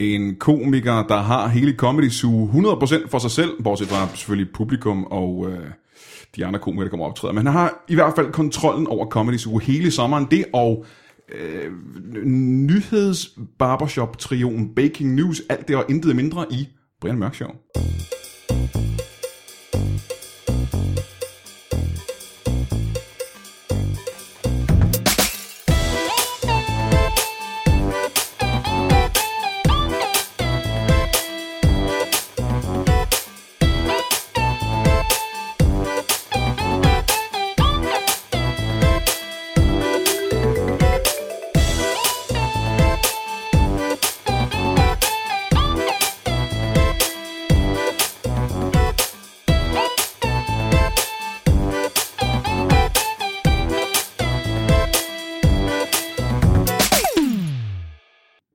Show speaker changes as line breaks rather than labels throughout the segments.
en komiker, der har hele Comedy Zoo 100% for sig selv, bortset fra selvfølgelig publikum og øh, de andre komikere, der kommer og optræder. Men han har i hvert fald kontrollen over Comedy Zoo hele sommeren. Det og øh, nyheds barbershop trioen Baking News, alt det og intet mindre i Brian Mørk Show.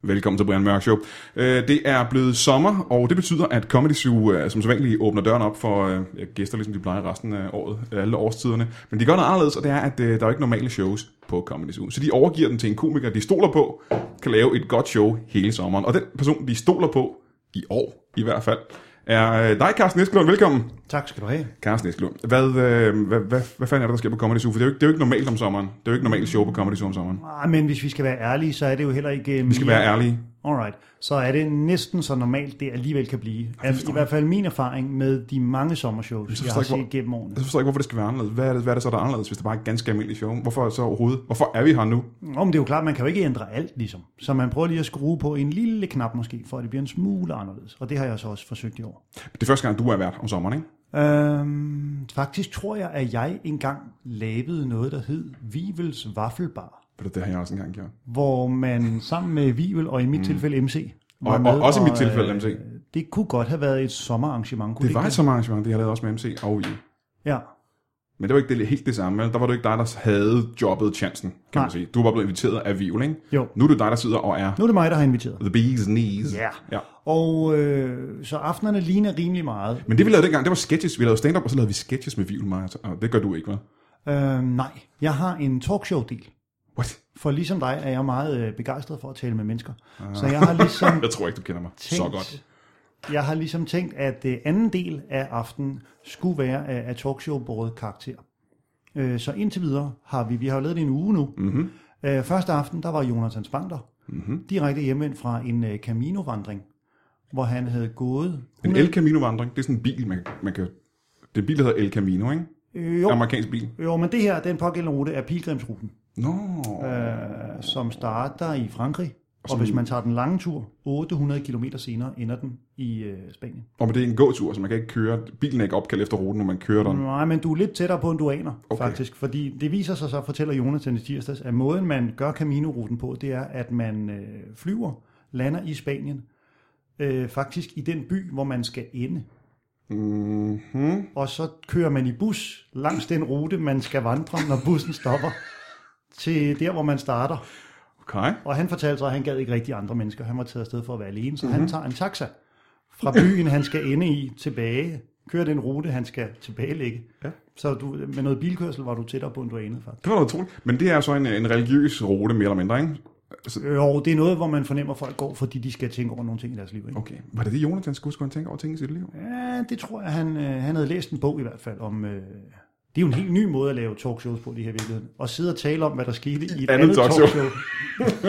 Velkommen til Brian Mørk Show. Øh, Det er blevet sommer, og det betyder, at Comedy Zoo øh, som sædvanligt åbner døren op for øh, gæster, ligesom de plejer resten af året, øh, alle årstiderne. Men de gør noget anderledes, og det er, at øh, der er jo ikke normale shows på Comedy Zoo. Så de overgiver den til en komiker, de stoler på, kan lave et godt show hele sommeren. Og den person, de stoler på, i år i hvert fald, er øh, dig, Carsten Eskelund. Velkommen.
Tak skal du have.
Carsten Eskelund. Hvad, øh, hvad, hvad, hvad fanden er det, der sker på Comedy Zoo? For det er jo ikke, det er jo ikke normalt om sommeren. Det er jo ikke normalt show på Comedy Zoo om sommeren.
Ah, Men hvis vi skal være ærlige, så er det jo heller ikke...
Vi skal være ærlige.
Alright. Så er det næsten så normalt, det alligevel kan blive. Altså, I hvert fald min erfaring med de mange sommershows, jeg
forstår
har
jeg ikke,
set gennem årene.
Jeg forstår ikke, hvorfor det skal være anderledes. Hvad er det, hvad er det så, der er anderledes, hvis det bare er et ganske almindeligt show? Hvorfor så overhovedet? Hvorfor er vi her nu?
Nå, men det er jo klart, man kan jo ikke ændre alt, ligesom. Så man prøver lige at skrue på en lille knap måske, for at det bliver en smule anderledes. Og det har jeg så også forsøgt i år.
Det er første gang, du er vært om sommeren, ikke?
Øhm, faktisk tror jeg, at jeg engang lavede noget, der hed Vivels Vaffelbar,
Ved du, Det har jeg også engang gjort.
hvor man sammen med Vivel og i mit mm. tilfælde MC... var
Og, og,
med,
også i mit
og,
tilfælde,
øh,
MC.
Det kunne godt have været et sommerarrangement. Kunne
Det var
ikke
et samme arrangement, det jeg lavede også med MC og I.
Ja,
Men det var ikke det, helt det samme. vel? Der var det ikke dig, der havde jobbet chancen, kan man
Nej.
sige. Du var blevet inviteret af Viol, ikke?
jo.
Nu er det dig, der sidder og er
Nu er det mig, der har inviteret.
the bee's knees.
Ja.
ja.
Og øh, så aftenerne ligner rimelig meget.
Men det vi lavede dengang, det var sketches. Vi lavede stand-up, og så lavede vi sketches med Viol, Maja. Og det gør du ikke, vel?
Øh, nej, jeg har en talkshow-del.
What?
For ligesom dig er jeg meget øh, begejstret for at tale med mennesker. Ah. Så jeg har ligesom
Jeg tror ikke, du kender mig
tænkt,
så godt.
jeg har ligesom tænkt, at øh, anden del af aftenen skulle være af, af talkshow båret karakter. Øh, så indtil videre har vi, vi har jo lavet det en uge nu.
Mhm.
Mm-hmm. Øh, første aften, der var Jonathan Spangler mm-hmm. direkte hjemvendt fra en øh, Camino-vandring, hvor han havde gået...
En El Camino-vandring, det er sådan en bil, man, man kan... Det er en bil, der hedder El Camino, ikke?
Øh, jo,
Amerikansk bil.
jo, men det her, den pågældende rute, er pilgrimsruten.
Nå,
øh, som starter i Frankrig. Og, og hvis man tager den lange tur, 800 km senere ender den i øh, Spanien.
og men det er en gåtur, så man kan ikke køre, bilen er ikke opkaldt efter ruten, når man kører den.
Nej, men du er lidt tættere på, end du aner,
Okay.
okay. faktisk. Fordi det viser sig så, fortæller Jonathan i tirsdags, at måden, man gør Camino-ruten på, det er, at man øh, flyver, lander i Spanien, øh, faktisk i den by, hvor man skal ende.
Mm-hmm.
Og så kører man i bus langs den rute, man skal vandre, når bussen stopper, til der, hvor man starter.
Okay.
Og han fortalte så, at han gad ikke rigtig andre mennesker. Han var taget afsted for at være alene, så
Mhm.
mm-hmm. han tager en taxa fra byen, han skal ende i, tilbage. Kører den rute, han skal tilbagelægge.
Ja.
Så du, med noget bilkørsel var du tættere på, end du anede faktisk.
Det var noget utroligt. Men det er så en, en religiøs rute, mere eller mindre, ikke? Altså,
Jo, Øh, det er noget, hvor man fornemmer, at folk går, fordi de skal tænke over nogle ting i deres liv. Ikke?
Okay. Var det det, Jonathan skulle, skulle han tænke over ting i sit liv?
Ja, det tror jeg, han, øh, han havde læst en bog i hvert fald om... Øh, det er jo en helt ny måde at lave talkshows på, det her i virkeligheden. Og sidde og tale om, hvad der skete i et andet,
andet
andet
talkshow.
talkshow.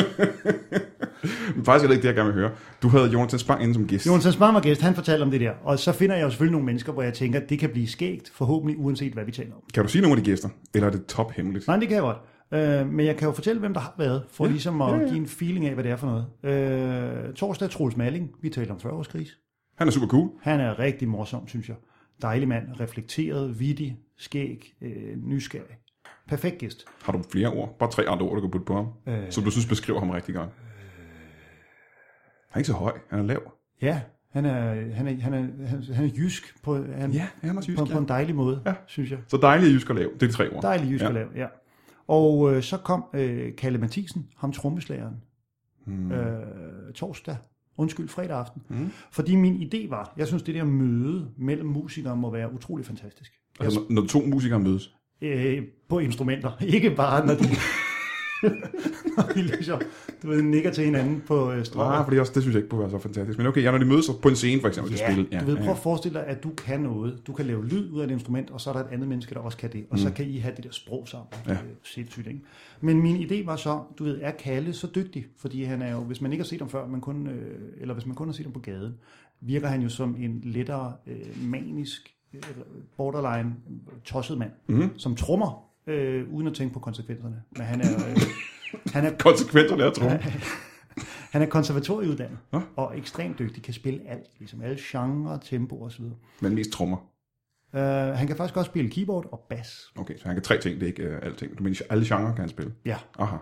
Men faktisk er det ikke det, jeg gerne vil høre. Du havde Jonathan Spang inde som gæst.
Jonathan Spang var gæst, han fortalte om det der. Og så finder jeg jo selvfølgelig nogle mennesker, hvor jeg tænker, det kan blive skægt, forhåbentlig uanset hvad vi taler om.
Kan du sige nogle af de gæster? Eller er det top hemmeligt?
Nej, det kan jeg godt. Øh, men jeg kan jo fortælle, hvem der har været, for ja, ligesom at
ja,
ja,
ja.
ja. give en feeling af, hvad det er for noget. Øh, torsdag, Troels Malling. Vi taler om 40-årskris.
Han er super cool.
Han er rigtig morsom, synes jeg. Dejlig mand, reflekteret, vittig, skæg, øh, nysgerrig. Perfekt gæst.
Har du flere ord? Bare tre andre ord, du kan putte på ham. Øh. Som du synes beskriver ham rigtig
Øh.
godt. Han er ikke så høj. Han er lav.
Ja, han er, han er, han er, han er, han er jysk, på, han,
Ja, han er også jysk,
på,
ja.
på en dejlig måde, ja. synes jeg.
Så dejlig er jysk og lav. Det er de tre ord.
Dejlig jysk
Ja.
ja. at lave, ja. Og øh, så kom øh, Kalle Mathisen, ham trommeslageren, hmm. øh, torsdag, undskyld, fredag aften. Hmm. Fordi min idé var, jeg synes det der møde mellem musikere må være utrolig fantastisk.
Altså, når to musikere mødes.
Øh, på instrumenter, ikke bare når de... når vi ligesom, du ved, nikker til hinanden på øh,
Nej,
strømmer.
fordi også, det synes jeg ikke burde være så fantastisk. Men okay, ja, når de mødes på en scene, for eksempel, skal spille.
du ved, prøv at forestille dig, at du kan noget. Du kan lave lyd ud af et instrument, og så er der et andet menneske, der også kan det. Og så kan I have det der sprog sammen. Ja. Det er sindssygt, ikke? Men min idé var så, du ved, er Kalle så dygtig? Fordi han er jo, hvis man ikke har set ham før, man kun, øh, eller hvis man kun har set ham på gaden, virker han jo som en lettere øh, manisk, øh, borderline, tosset mand, mm. som trummer, øh, uden at tænke på konsekvenserne. Men han er, øh, han er
Konsekvenserne er tromme.
han er konservatorieuddannet
Nå.
og ekstremt dygtig, kan spille alt, ligesom alle genrer, tempo osv.
Men mest trommer.
Uh, han kan faktisk også spille keyboard og bas.
Okay, så han kan tre ting, det er ikke uh, alting. Du mener, alle genrer kan han spille.
Ja.
Aha,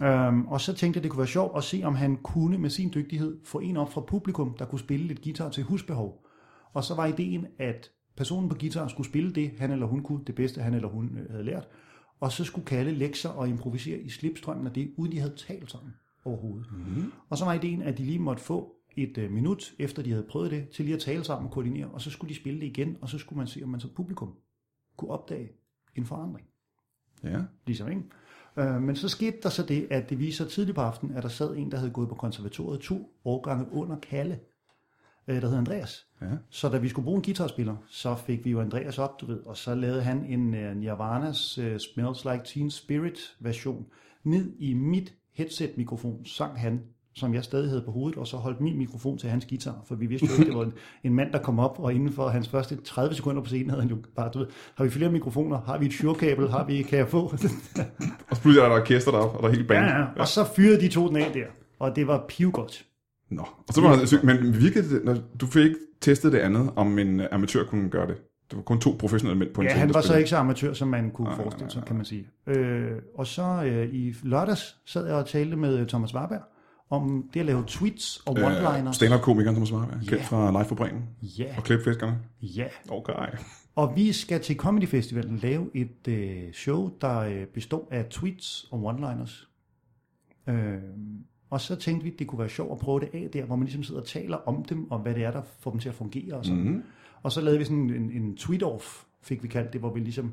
ja.
Um, og så tænkte jeg, det kunne være sjovt at se, om han kunne med sin dygtighed få en op fra publikum, der kunne spille lidt guitar til husbehov. Og så var ideen, at personen på guitar skulle spille det, han eller hun kunne, det bedste han eller hun øh, havde lært. Og så skulle Kalle lægge sig og improvisere i slipstrømmen af det, uden de havde talt sammen overhovedet. Mm. Og så var ideen, at de lige måtte få et øh, minut, efter de havde prøvet det, til lige at tale sammen og koordinere, og så skulle de spille det igen, og så skulle man se, om man som publikum kunne opdage en forandring
Ja.
ligesom, ikke? Øh, men så skete der så det, at det viser tidligt på aftenen, at der sad en, der havde gået på konservatoriet to årgange under Kalle, øh, der hed Andreas.
Ja.
Så da vi skulle bruge en guitarspiller, så fik vi jo Andreas op, du ved, og så lavede han en øh, Nirvana's øh, Smells Like Teen Spirit version. Ned i mit headset-mikrofon sang han, som jeg stadig havde på hovedet, og så holdt min mikrofon til hans guitar, for vi vidste jo ikke, det var en, en mand, der kom op, og inden for hans første 30 sekunder på scenen havde han jo bare, du ved, har vi flere mikrofoner, har vi et sjurekabel, har vi, kan jeg få?
Og så pludselig er der et orkester deroppe, og der er helt band.
Ja, ja. Og så fyrede de to den af der, og det var pivgodt.
Nå, og så var han syg, men virkede det, når du fik ikke testet det andet, om en øh, amatør kunne gøre det. Det var kun to professionelle mænd på en
Ja,
scene,
han
der
var så
spillede.
ikke så amatør, som man kunne forestille sig, kan man sige. Øh, og så øh, i lørdags sad jeg og talte med øh, Thomas Warberg om det at lave tweets og
Øh,
one-liners.
Stand-up-komikeren, som svarer, kendt fra Live på Bremen.
Ja,
Og klipfiskerne.
ja.
Okay.
Og vi skal til Comedy Festivalen lave et øh, show, der øh, består af tweets og one-liners. Øh, og så tænkte vi, det kunne være sjovt at prøve det af der, hvor man ligesom sidder og taler om dem, og hvad det er, der får dem til at fungere og sådan.
Mhm.
Mm-hmm. Og så lavede vi sådan en, en tweet-off, fik vi kaldt det, hvor vi ligesom,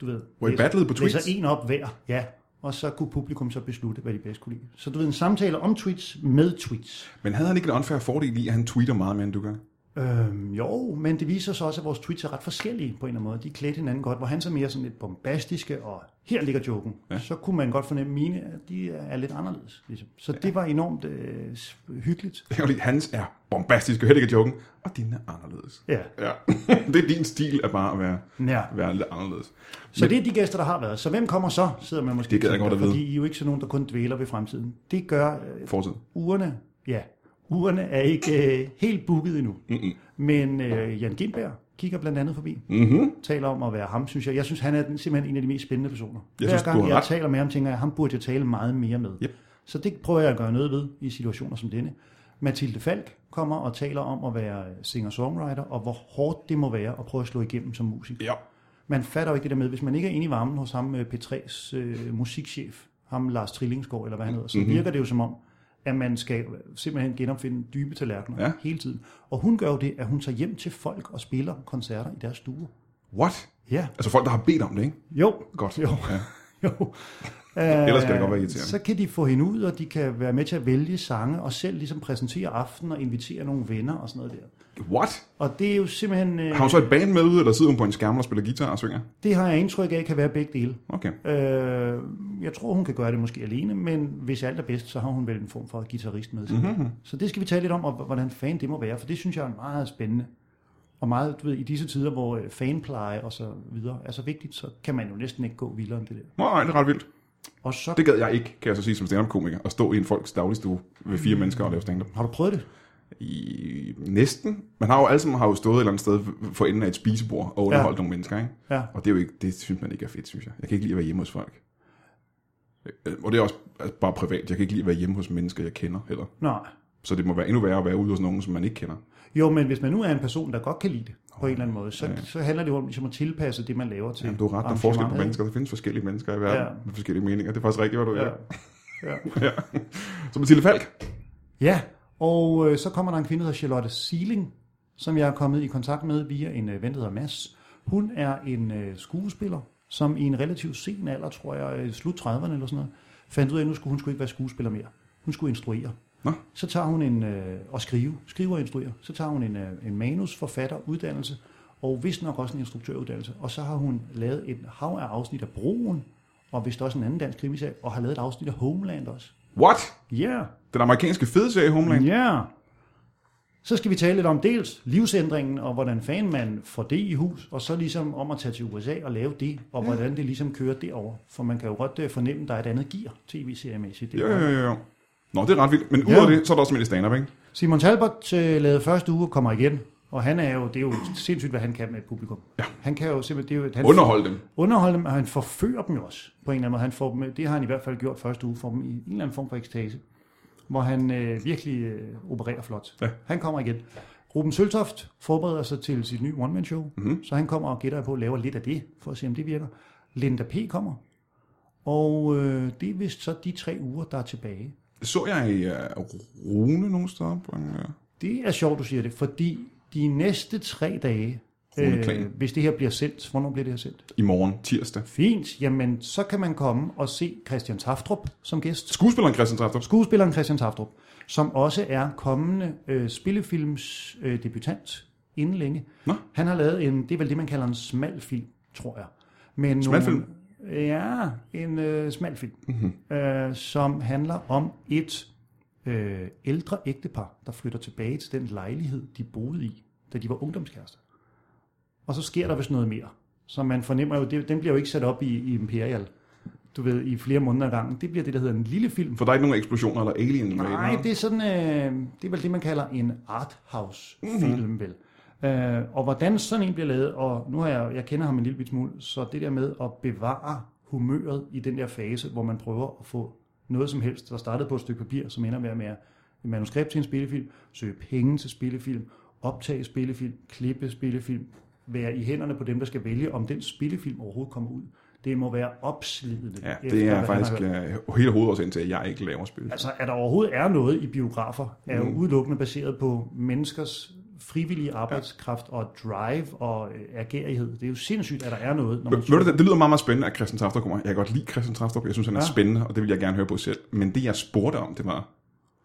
du ved...
Hvor I
læser-
battlede på tweets?
Læser en op hver, ja. Og så kunne publikum så beslutte, hvad de bedst kunne lide. Så du ved, en samtale om tweets med tweets.
Men havde han ikke en unfair fordel i, at han tweeter meget mere, end du gør?
Øhm, jo, men det viser sig også, at vores tweets er ret forskellige på en eller anden måde. De klædte hinanden godt, hvor han så mere sådan lidt bombastiske, og her ligger joken. Ja. Så kunne man godt fornemme, at mine at de er lidt anderledes. Ligesom. Så ja. det var enormt øh, s- hyggeligt.
Det er jo lige, hans er bombastisk, og heller ikke joken, og din er anderledes.
Ja.
Ja, det er din stil at bare være,
Ja.
være lidt anderledes.
Så det er de gæster, der har været. Så hvem kommer så, sidder man måske
Det gad jeg
og tænker,
godt at vide.
Fordi I er jo ikke sådan nogen, der kun dvæler ved fremtiden. Det gør øh,
Fortid.
ugerne. Ja, ugerne er ikke øh, helt booket endnu. Mm-hmm. Men øh, Jan Gindberg kigger blandt andet forbi.
Mm-hmm.
taler om at være ham, synes jeg. Jeg synes, han er den- simpelthen en af de mest spændende personer. Hver
synes, du
gang
har
jeg
ret.
taler med ham, tænker jeg, ham burde jeg tale meget mere med.
Yep.
Så det prøver jeg at gøre noget ved i situationer som denne. Mathilde Falk kommer og taler om at være singer-songwriter, og hvor hårdt det må være at prøve at slå igennem som musiker.
Ja.
Man fatter jo ikke det der med, hvis man ikke er inde i varmen hos ham, øh, P3's øh, musikchef, ham Lars Trillingsgaard, eller hvad han hedder, så mm-hmm. virker det jo som om, at man skal simpelthen genopfinde dybe tallerkener
Ja.
hele tiden. Og hun gør jo det, at hun tager hjem til folk og spiller koncerter i deres stuer.
What?
Ja.
Altså folk, der har bedt om det, ikke?
Jo.
Godt.
Jo.
Ja.
jo.
Ellers kan det godt være
Øh,
irriterende.
Så kan de få hende ud, og de kan være med til at vælge sange, og selv ligesom præsentere aften og invitere nogle venner og sådan noget der.
What?
Og det er jo simpelthen, øh,
Har hun så et band med ude, eller sidder hun på en skærm og spiller guitar og synger?
det har jeg indtryk af, kan være begge dele.
Okay.
Øh, jeg tror, hun kan gøre det måske alene, men hvis alt er bedst, så har hun vel en form for guitarist med sig.
Mhm.
Mm-hmm. Så det skal vi tale lidt om, og hvordan fan det må være, for det synes jeg er meget spændende. Og meget, du ved, i disse tider, hvor øh, fanpleje og så videre er så vigtigt, så kan man jo næsten ikke gå vildere end det der.
Nå, nej, det er ret vildt.
Og så
Det gad jeg ikke, kan jeg så sige som stand-up-komiker, at stå i en folks dagligstue ved fire mennesker og lave stand-up.
har du prøvet det?
I, næsten. Man har jo alle sammen har jo stået et eller andet sted for enden af et spisebord og underholdt ja. nogle mennesker, ikke?
Ja.
Og det, er jo ikke, det synes man ikke er fedt, synes jeg. Jeg kan ikke lide at være hjemme hos folk. Øh, Og det er også altså, bare privat. Jeg kan ikke lide at være hjemme hos mennesker, jeg kender heller.
Nej.
Så det må være endnu værre at være ude hos nogen, som man ikke kender.
Jo, men hvis man nu er en person, der godt kan lide det på en eller anden måde, så, så handler det jo om ligesom at tilpasse det, man laver til.
Du har ret, der er forskel på mennesker. Der findes forskellige mennesker i verden
Ja.
ja. med forskellige meninger. Det er faktisk rigtigt, hvad du
Ja.
er.
Ja.
Ja. så Mathilde Falk.
ja, og øh, så kommer der en kvinde, der hedder Charlotte Seeling, som jeg er kommet i kontakt med via en øh, ven, der hedder Mads. Hun er en øh, skuespiller, som i en relativt sen alder, tror jeg, øh, slut 30'erne eller sådan noget, fandt ud af, at nu skulle hun skulle ikke være skuespiller mere. Hun skulle instruere.
Nå.
Så tager hun en, øh, og skrive, skrive og instruere. Så tager hun en, øh, en manusforfatteruddannelse, og vist nok også en instruktøruddannelse. Og så har hun lavet et hav af afsnit af Broen, og vist også en anden dansk krimiserie, og har lavet et afsnit af Homeland også.
What?
Ja, yeah.
Den amerikanske fede serie Homeland?
ja. Så skal vi tale lidt om dels livsændringen, og hvordan fanden man får det i hus, og så ligesom om at tage til USA og lave det, og hvordan det ligesom kører derover. For man kan jo godt øh, fornemme, at der er et andet gear tv-seriemæssigt. Det er
Jo,
godt.
jo, jo, jo. Nå, det er ret vildt. Men udover
Mm. Ja.
det, så er der også med det stand-up, ikke?
Simon Talbot øh, lavede første uge og kommer igen. Og han er jo, det er jo sindssygt, hvad han kan med et publikum. Ja. Han kan jo simpelthen, det er jo, han
Underhold dem.
underholde dem, og han forfører dem jo også på en eller anden måde. Han får dem, det har han i hvert fald gjort første uge, får dem i en eller anden form for ekstase, hvor han øh, virkelig øh, opererer flot.
Ja.
Han kommer igen. Ruben Søltoft forbereder sig til sit nye one-man-show,
Mhm.
mm-hmm. så han kommer og gætter jeg på laver lidt af det, for at se, om det virker. Linda P. kommer, og øh, det er vist så de tre uger, der er tilbage.
Så jeg uh, Rune nogle steder på en... Uh...
Det er sjovt, du siger det, fordi de næste tre dage, øh,
Rune Klan.
hvis det her bliver sendt, hvornår bliver det her sendt?
I morgen, tirsdag.
Fint, jamen så kan man komme og se Christian Taftrup som gæst.
Skuespilleren Christian Traftrup.
Skuespilleren Christian Taftrup, som også er kommende øh, spillefilms øh, debutant inden længe.
Nå.
Han har lavet en, det er vel det, man kalder en smal film, tror jeg. Men
Smal film? Mhm.
Nogle, ja, en øh, smal film, mm-hmm. øh, som handler om et øh, ældre ægtepar, der flytter tilbage til den lejlighed, de boede i, da de var ungdomskærester. Og så sker der vist noget mere. Så man fornemmer jo, det, den bliver jo ikke sat op i, i Imperial, du ved, i flere måneder ad gangen. Det bliver det, der hedder en lille film,
For der er ikke nogen eksplosioner eller alien eller
Nej,
noget.
det er sådan, øh, det er vel det, man kalder en arthouse-film,
Mhm.
mm-hmm. vel. Øh, og hvordan sådan en bliver lavet, og nu har jeg, jeg kender ham en lille bit smule, så det der med at bevare humøret i den der fase, hvor man prøver at få noget som helst, der startede på et stykke papir, som ender med at være et manuskript til en spillefilm, søge penge til spillefilm, optage spillefilm, klippe spillefilm, være i hænderne på dem, der skal vælge, om den spillefilm overhovedet kommer ud. Det må være opslidende.
Ja,
efter,
det
hvad
er
han har
faktisk
hørt.
uh, hele hovedårsagen til, at jeg ikke laver spil.
Altså, at der overhovedet er noget i biografer, er jo
Mm.
udelukkende baseret på menneskers frivillige arbejdskraft og drive og øh, agerighed. Det er jo sindssygt, at der er noget. Når man
Ved du, det, det lyder meget, meget spændende, at Christian Traftrup kommer. Jeg kan godt lide Christian Traftrup. Jeg synes, han er ja. spændende, og det vil jeg gerne høre på selv. Men det, jeg spurgte om, det var,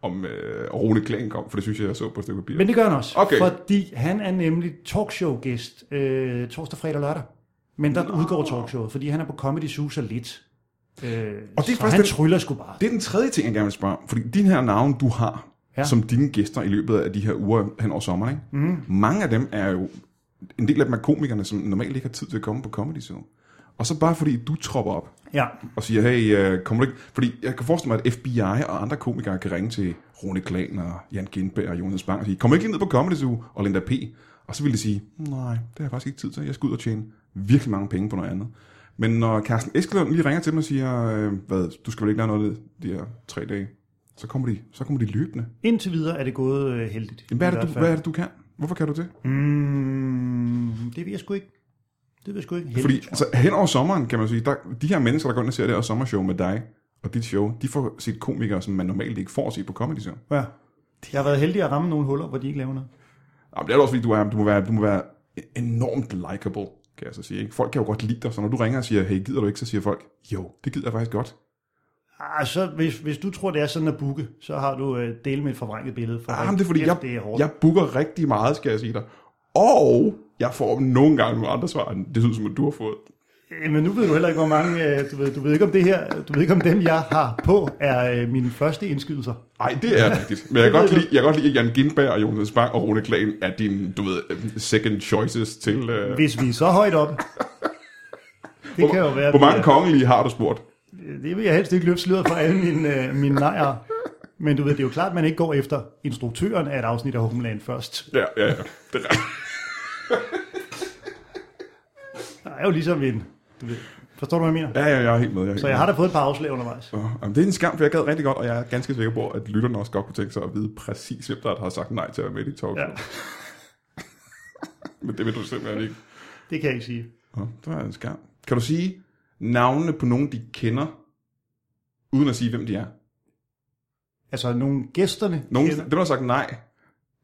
om øh, Rune Klan kom, for det synes jeg, jeg så på et stykke papir. Men...
Men det gør han også,
Okay.
fordi han er nemlig talkshow-gæst øh, torsdag, fredag og lørdag. Men der udgår talkshowet, fordi han er på Comedy Zoo så lidt. Øh, og det
faktisk
er så han
den-
tryller sgu bare.
Det er den tredje ting, jeg gerne vil spørge om. Fordi de her navne, du har, ja.
Ja.
som dine gæster i løbet af de her uger hen over sommeren, ikke? Mm. mange af dem er jo... En del af dem er komikerne, som normalt ikke har tid til at komme på Comedy Zoo. Og så bare fordi du tropper op,
Ja,
og siger, hey, øh, kommer du ikke? Fordi jeg kan forestille mig, at FBI og andre komikere kan ringe til Rune Klan og Jan Gindberg og Jonas Bang og sige, kommer ikke lige ned på Comedy Zoo og Linda P. Og så vil de sige, nej, det har jeg faktisk ikke tid til. Jeg skal ud og tjene virkelig mange penge på noget andet. Men når Carsten Eskelund lige ringer til dem og siger, øh, hvad, du skal vel ikke lave noget de her tre dage, så kommer de, så kommer de løbende.
indtil videre er det gået øh, heldigt.
Jamen, hvad,
I
er det, du,
hvert fald.
hvad er det, du kan? Hvorfor kan du det?
Mm, det ved jeg sgu ikke. Det ved jeg sgu ikke. Heldigt,
Fordi
tror jeg.
altså, hen over sommeren, kan man sige, der, de her mennesker, der går ind og ser det her sommershow med dig, og dit show, de får set komikere, som man normalt ikke får set på Comedy Zoo.
Ja. Jeg har været heldig at ramme nogle huller, hvor de ikke laver noget.
Jamen, det er da også fordi, du, er, du, må være, du må være enormt likable, kan jeg så sige. Ikke? Folk kan jo godt lide dig, så når du ringer og siger, hey, gider du ikke, så siger folk, jo, det gider jeg faktisk godt.
Ah, så hvis, hvis du tror, det er sådan at booke, så har du øh, del med et forvrænget billede. For
Ah, men det er fordi,
Kæft,
jeg,
det er hårdt.
jeg booker rigtig meget, skal jeg sige dig. Og jeg får nogle gange nogle andre svar, end det synes som du har fået.
Øh, Men nu ved du heller ikke, hvor mange... Øh, du, ved, du ved ikke, om det her... Du ved ikke, om dem, jeg har på, er øh, mine første indskydelser.
Nej, det er rigtigt. Men jeg kan godt
Det ved du.
lide, jeg kan godt lide at Jan Gindberg og Jonas Bang og Rune Klagen er din, du ved, øh, second choices til... Øh,
Hvis vi er så højt op... Det kan jo være...
hvor
vi
mange
er-
kongelige har du spurgt?
Det vil jeg helst ikke løfte sløret for alle mine, øh, mine nejer. Men du ved, det er jo klart, at man ikke går efter instruktøren af et afsnit af Homeland først.
Ja, ja, ja. Det er rigtigt.
Der er jo ligesom en... Du ved, forstår du, hvad jeg mener?
Ja, ja, jeg er helt med. Jeg er helt
Så
med.
jeg har da fået et par afslag undervejs.
Åh, Jamen, det er en skam, for jeg gad rigtig godt, og jeg er ganske sikker på, at lytterne også godt kunne tænke sig at vide præcis, hvem der er, der har sagt nej til at være med i talk. Ja.
Ja.
Men det vil du simpelthen ikke.
Det kan jeg ikke sige.
Åh, det var en skam. Kan du sige navnene på nogen, de kender, uden at sige, hvem de er?
Altså, nogle gæsterne...
Nogen,
kender-
dem, der har sagt nej,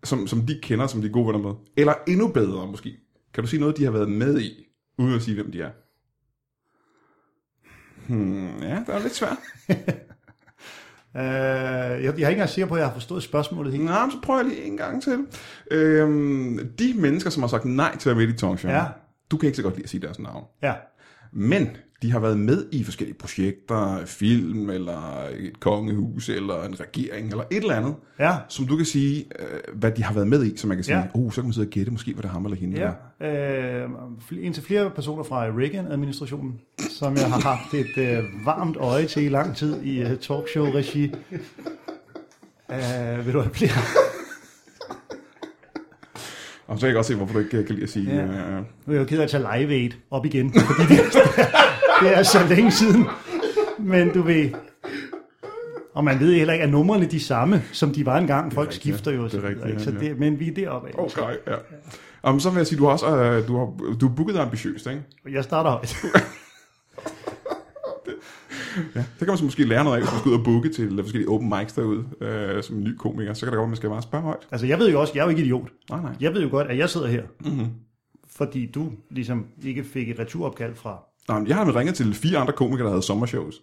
som, som de kender, som de er gode venner med. Eller endnu bedre måske. Kan du sige noget, de har været med i, uden at sige, hvem de er? Hmm, ja, det er lidt svært.
Øh, jeg, jeg er ikke engang sikker på, at jeg har forstået spørgsmålet helt.
Nå, men så prøver jeg lige en gang til. Øhm, de mennesker, som har sagt nej til at være med i Talk Show,
Ja.
du kan ikke så godt lide at sige deres navn.
Ja.
Men de har været med i forskellige projekter, film, eller et kongehus, eller en regering, eller et eller andet,
Ja.
som du kan sige, øh, hvad de har været med i, så man kan sige,
Ja.
oh, så kan man sidde og gætte, måske var det ham eller hende.
Ja, øh, fl- indtil flere personer fra Reagan-administrationen, som jeg har haft et øh, varmt øje til i lang tid i øh, talkshow-regi. Øh, vil du have flere?
Og så kan jeg godt se, hvorfor du ikke øh, kan lide at sige...
Ja.
Øh,
Nu er jeg jo ked af at tage Live Aid op igen, fordi det, det er så længe siden. Men du ved... Og man ved heller ikke, er numrene de samme, som de var engang. Folk
rigtigt,
skifter jo,
det er
så,
rigtigt,
videre, ikke? så
ja, ja.
det, men vi er deroppe af.
oh, sky, ja. Om, så vil jeg sige, du har også øh, du har, du har booket dig ambitiøst, ikke?
Jeg starter højt.
Så kan man så måske lære noget af, hvis man skal ud og booke til forskellige open mics derude, øh, som en ny komiker. Så kan det godt, at man skal bare spørge højt.
Altså, jeg ved jo også, jeg er jo ikke idiot.
Nej, nej.
Jeg ved jo godt, at jeg sidder her, mm-hmm. fordi du ligesom ikke fik et returopkald fra...
Nå, men jeg har nemlig ringet til fire andre komikere, der havde sommershows.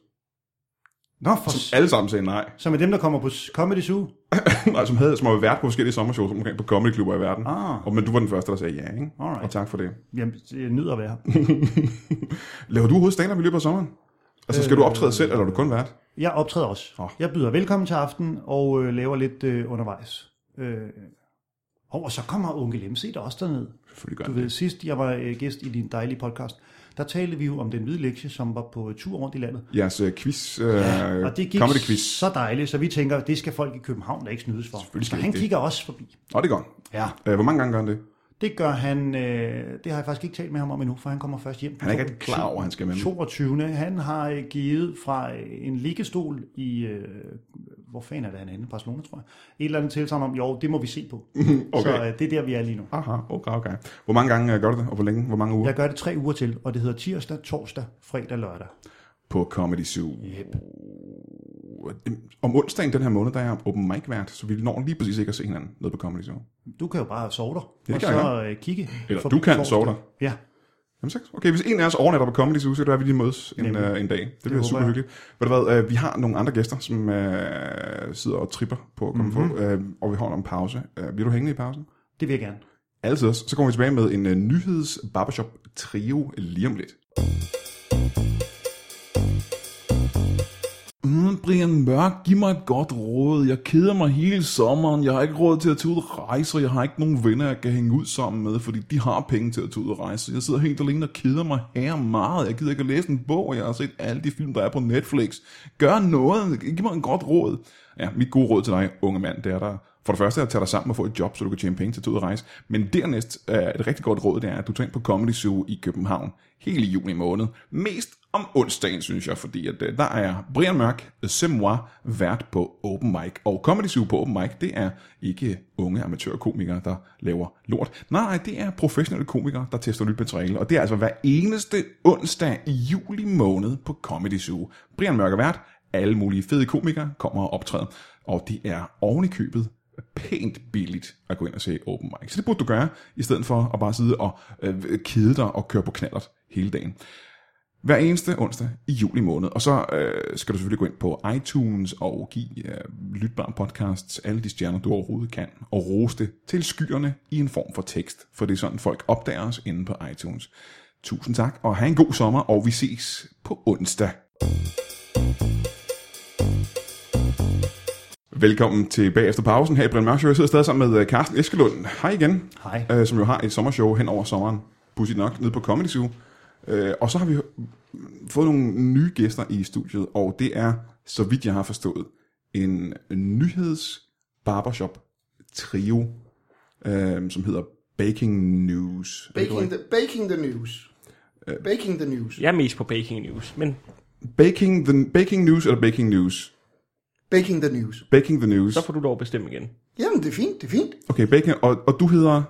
Nå, for... Som,
Alle sammen sagde nej.
som er dem, der kommer på Comedy Zoo.
nej som, havde, som har været på forskellige sommershows rundt omkring på comedyklubber i verden.
Ah.
Og, men du var den første, der sagde ja, ikke?
Alright.
Og tak for det.
Jamen, jeg nyder at være her.
Laver du overhovedet stand-up i løbet af sommeren? Altså, skal øh, du optræde selv, eller er du kun vært?
Jeg optræder også.
Nå.
Jeg byder velkommen til aften og øh, laver lidt øh, undervejs. Øh, og og så kommer onkel MC der også derned.
Selvfølgelig gør
Du
jeg det.
ved, sidst jeg var øh, gæst i din dejlige podcast, der talte vi jo om den hvide lektie, som var på tur rundt i landet.
Jeres uh, quiz, uh, ja,
Og det gik
comedy quiz.
så dejligt, så vi tænker, det skal folk i København da ikke snydes for.
Selvfølgelig
Så
skal
han
de det.
kigger også forbi.
Nå, det er godt.
Ja.
Uh, hvor mange gange gør han det?
Det gør han, øh, det har jeg faktisk ikke talt med ham om endnu, for han kommer først hjem.
Han er ikke rigtig klar over, at han skal med.
22. Han har øh, givet fra øh, en liggestol i, øh, hvor fanden er det han er henne? Barcelona, tror jeg. Et eller andet tilsagn om, jo, det må vi se på.
okay.
Så øh, det er der, vi er lige nu.
Aha, okay, okay. Hvor mange gange uh, gør du det, og hvor længe? Hvor mange uger?
Jeg gør det tre uger til, og det hedder tirsdag, torsdag, fredag, lørdag.
På Comedy Zoo.
Yep.
Om onsdagen den her måned, der er jeg open mic vært, så vi når lige præcis ikke at se hinanden nede på Comedy Zoo.
Du kan jo bare sove dig,
kan
og
jeg
så øh, kigge.
Eller
forbi
du kan
torsdag.
sove dig.
Ja,
Jamen så, okay, hvis en af os overnatter på Comedy Zoo, så kan det være, at vi lige mødes en,
Nemlig.
øh, en dag. Det bliver
håber
super
jeg.
hyggeligt. Ved du hvad, øh, vi har nogle andre gæster, som øh, sidder og tripper på at komme
Mhm.
mm-hmm. på, øh, og vi holder en pause. Øh, bliver du hængende i pausen?
det vil jeg gerne.
Altid også. Så kommer vi tilbage med en øh, nyheds barbershop trio lige om lidt. Mm, Brian Mørk, giv mig et godt råd. Jeg keder mig hele sommeren. Jeg har ikke råd til at tage ud og rejse, og jeg har ikke nogen venner, jeg kan hænge ud sammen med, fordi de har penge til at tage ud og rejse. Jeg sidder helt alene og keder mig her meget. Jeg gider ikke at læse en bog, og jeg har set alle de film, der er på Netflix. Gør noget. Giv mig en godt råd. Ja, mit gode råd til dig, unge mand, det er der. For det første er at tage dig sammen og få et job, så du kan tjene penge til at tage ud og rejse. Men dernæst er et rigtig godt råd, det er, at du tager ind på Comedy Zoo i København hele juni måned. Mest om onsdagen, synes jeg, fordi at, øh, der er Brian Mørk, C'est moi, vært på Open Mic. Og Comedy Zoo på Open Mic, det er ikke unge amatørkomikere, der laver lort. Nej, det er professionelle komikere, der tester nyt materiale. Og det er altså hver eneste onsdag i juli måned på Comedy Zoo. Brian Mørk er vært. Alle mulige fede komikere kommer og optræder. Og det er oven i købet pænt billigt at gå ind og se open mic. Så det burde du gøre, i stedet for at bare sidde og øh, kede dig og køre på knallert hele dagen. Hver eneste onsdag i juli måned. Og så øh, skal du selvfølgelig gå ind på iTunes og give øh, lytbare podcasts alle de stjerner, du overhovedet kan, og rose det til skyerne i en form for tekst, for det er sådan, folk opdager os inde på iTunes. Tusind tak, og have en god sommer, og vi ses på onsdag. Velkommen tilbage efter pausen her i Brian Mørk Show. Jeg sidder stadig sammen med øh, Carsten Eskelund. Hej igen.
Hej.
Øh, som jo har et sommershow hen over sommeren. Pudsigt nok, nede på Comedy Zoo. Øh, og så har vi fået nogle nye gæster i studiet, og det er, så vidt jeg har forstået, en nyheds barbershop trio, øh, som hedder Baking News.
Baking the, baking the news. Baking the news.
Jeg er mest på baking news, men
Baking, the, baking News eller Baking News?
Baking the news.
Baking the News.
så får du lov at bestemme igen.
Jamen, det er fint, det er fint.
Okay, Baking, og, og du hedder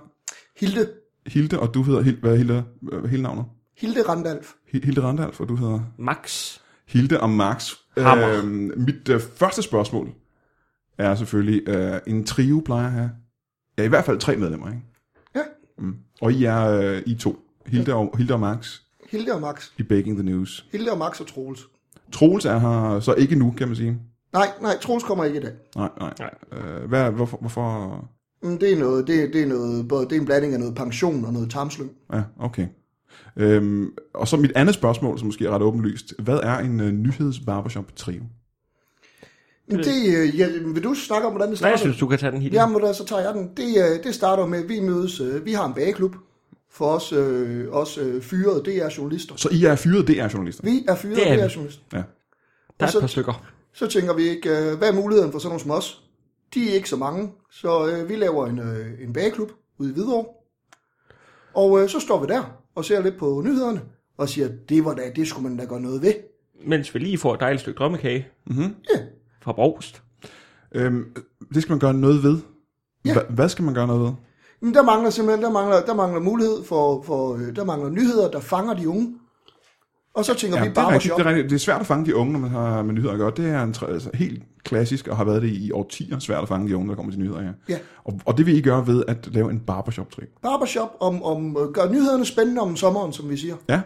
Hilde,
Hilde, og du hedder, Hil- hvad er Hilde, hvad er hele navnet?
Hilde Randalf.
Hi- Hilde Randalf, og du hedder
Max,
Hilde og Max.
Hammer.
mit øh, første spørgsmål er selvfølgelig, øh, en trio plejer at have, ja i hvert fald tre medlemmer, ikke? Mm.
Ja,
Og I er, øh, I er to, Hilde og, Hilde og Max
Hilde og Max.
i Baking the News.
Hilde og Max og Troels.
Troels er her så ikke nu, kan man sige.
Nej, nej, Troels kommer ikke i dag.
Nej, nej.
Nej.
Øh, hvad, hvorfor, hvorfor?
Mm, Det er noget, det, det er noget, både, det er en blanding af noget pension og noget tarmslyng.
Ja, okay. Øhm, og så mit andet spørgsmål, som måske er ret åbenlyst. Hvad er en øh, nyheds-barbershop-trio?
Men
Det-
det, øh, ja, vil du snakke om, hvordan det
Nej,
starter?
jeg synes, du kan tage den helt.
Jamen, ved du hvad, så tager jeg den. Det, øh, det starter med, at vi mødes, øh, vi har en bageklub for os, øh, os øh, fyrede DR-journalister.
Så I er fyret DR-journalister?
Vi er fyrede
Det er vi.
DR-journalister.
Ja.
Der er
Og så-
et par stykker.
Så tænker vi ikke, øh, hvad er muligheden for sådan nogle som os? De er ikke så mange, så øh, vi laver en, øh, en bageklub ude i Hvidovre. Og øh, så står vi der og ser lidt på nyhederne og siger, det var da, det skulle man da gøre noget ved.
Mens vi lige får et dejligt stykke drømmekage
Ja.
fra Brost.
Øhm, det skal man gøre noget ved.
Ja.
Hva, hvad skal man gøre noget ved?
Men der mangler simpelthen, der mangler, der mangler mulighed for, for øh, der mangler nyheder, der fanger de unge. Og så tænker
Ja,
vi
det, er
bare
rigtigt, det, er rigtigt. det er svært at fange de unge, når man har med nyheder at gøre. Det er en, tra- altså, helt klassisk, og har været det i årtier, svært at fange de unge, der kommer til nyheder her.
Ja.
Og, og det vil I gøre ved at lave en barbershop-trio.
barbershop om, om øh, gør nyhederne spændende om sommeren, som vi siger.
Ja,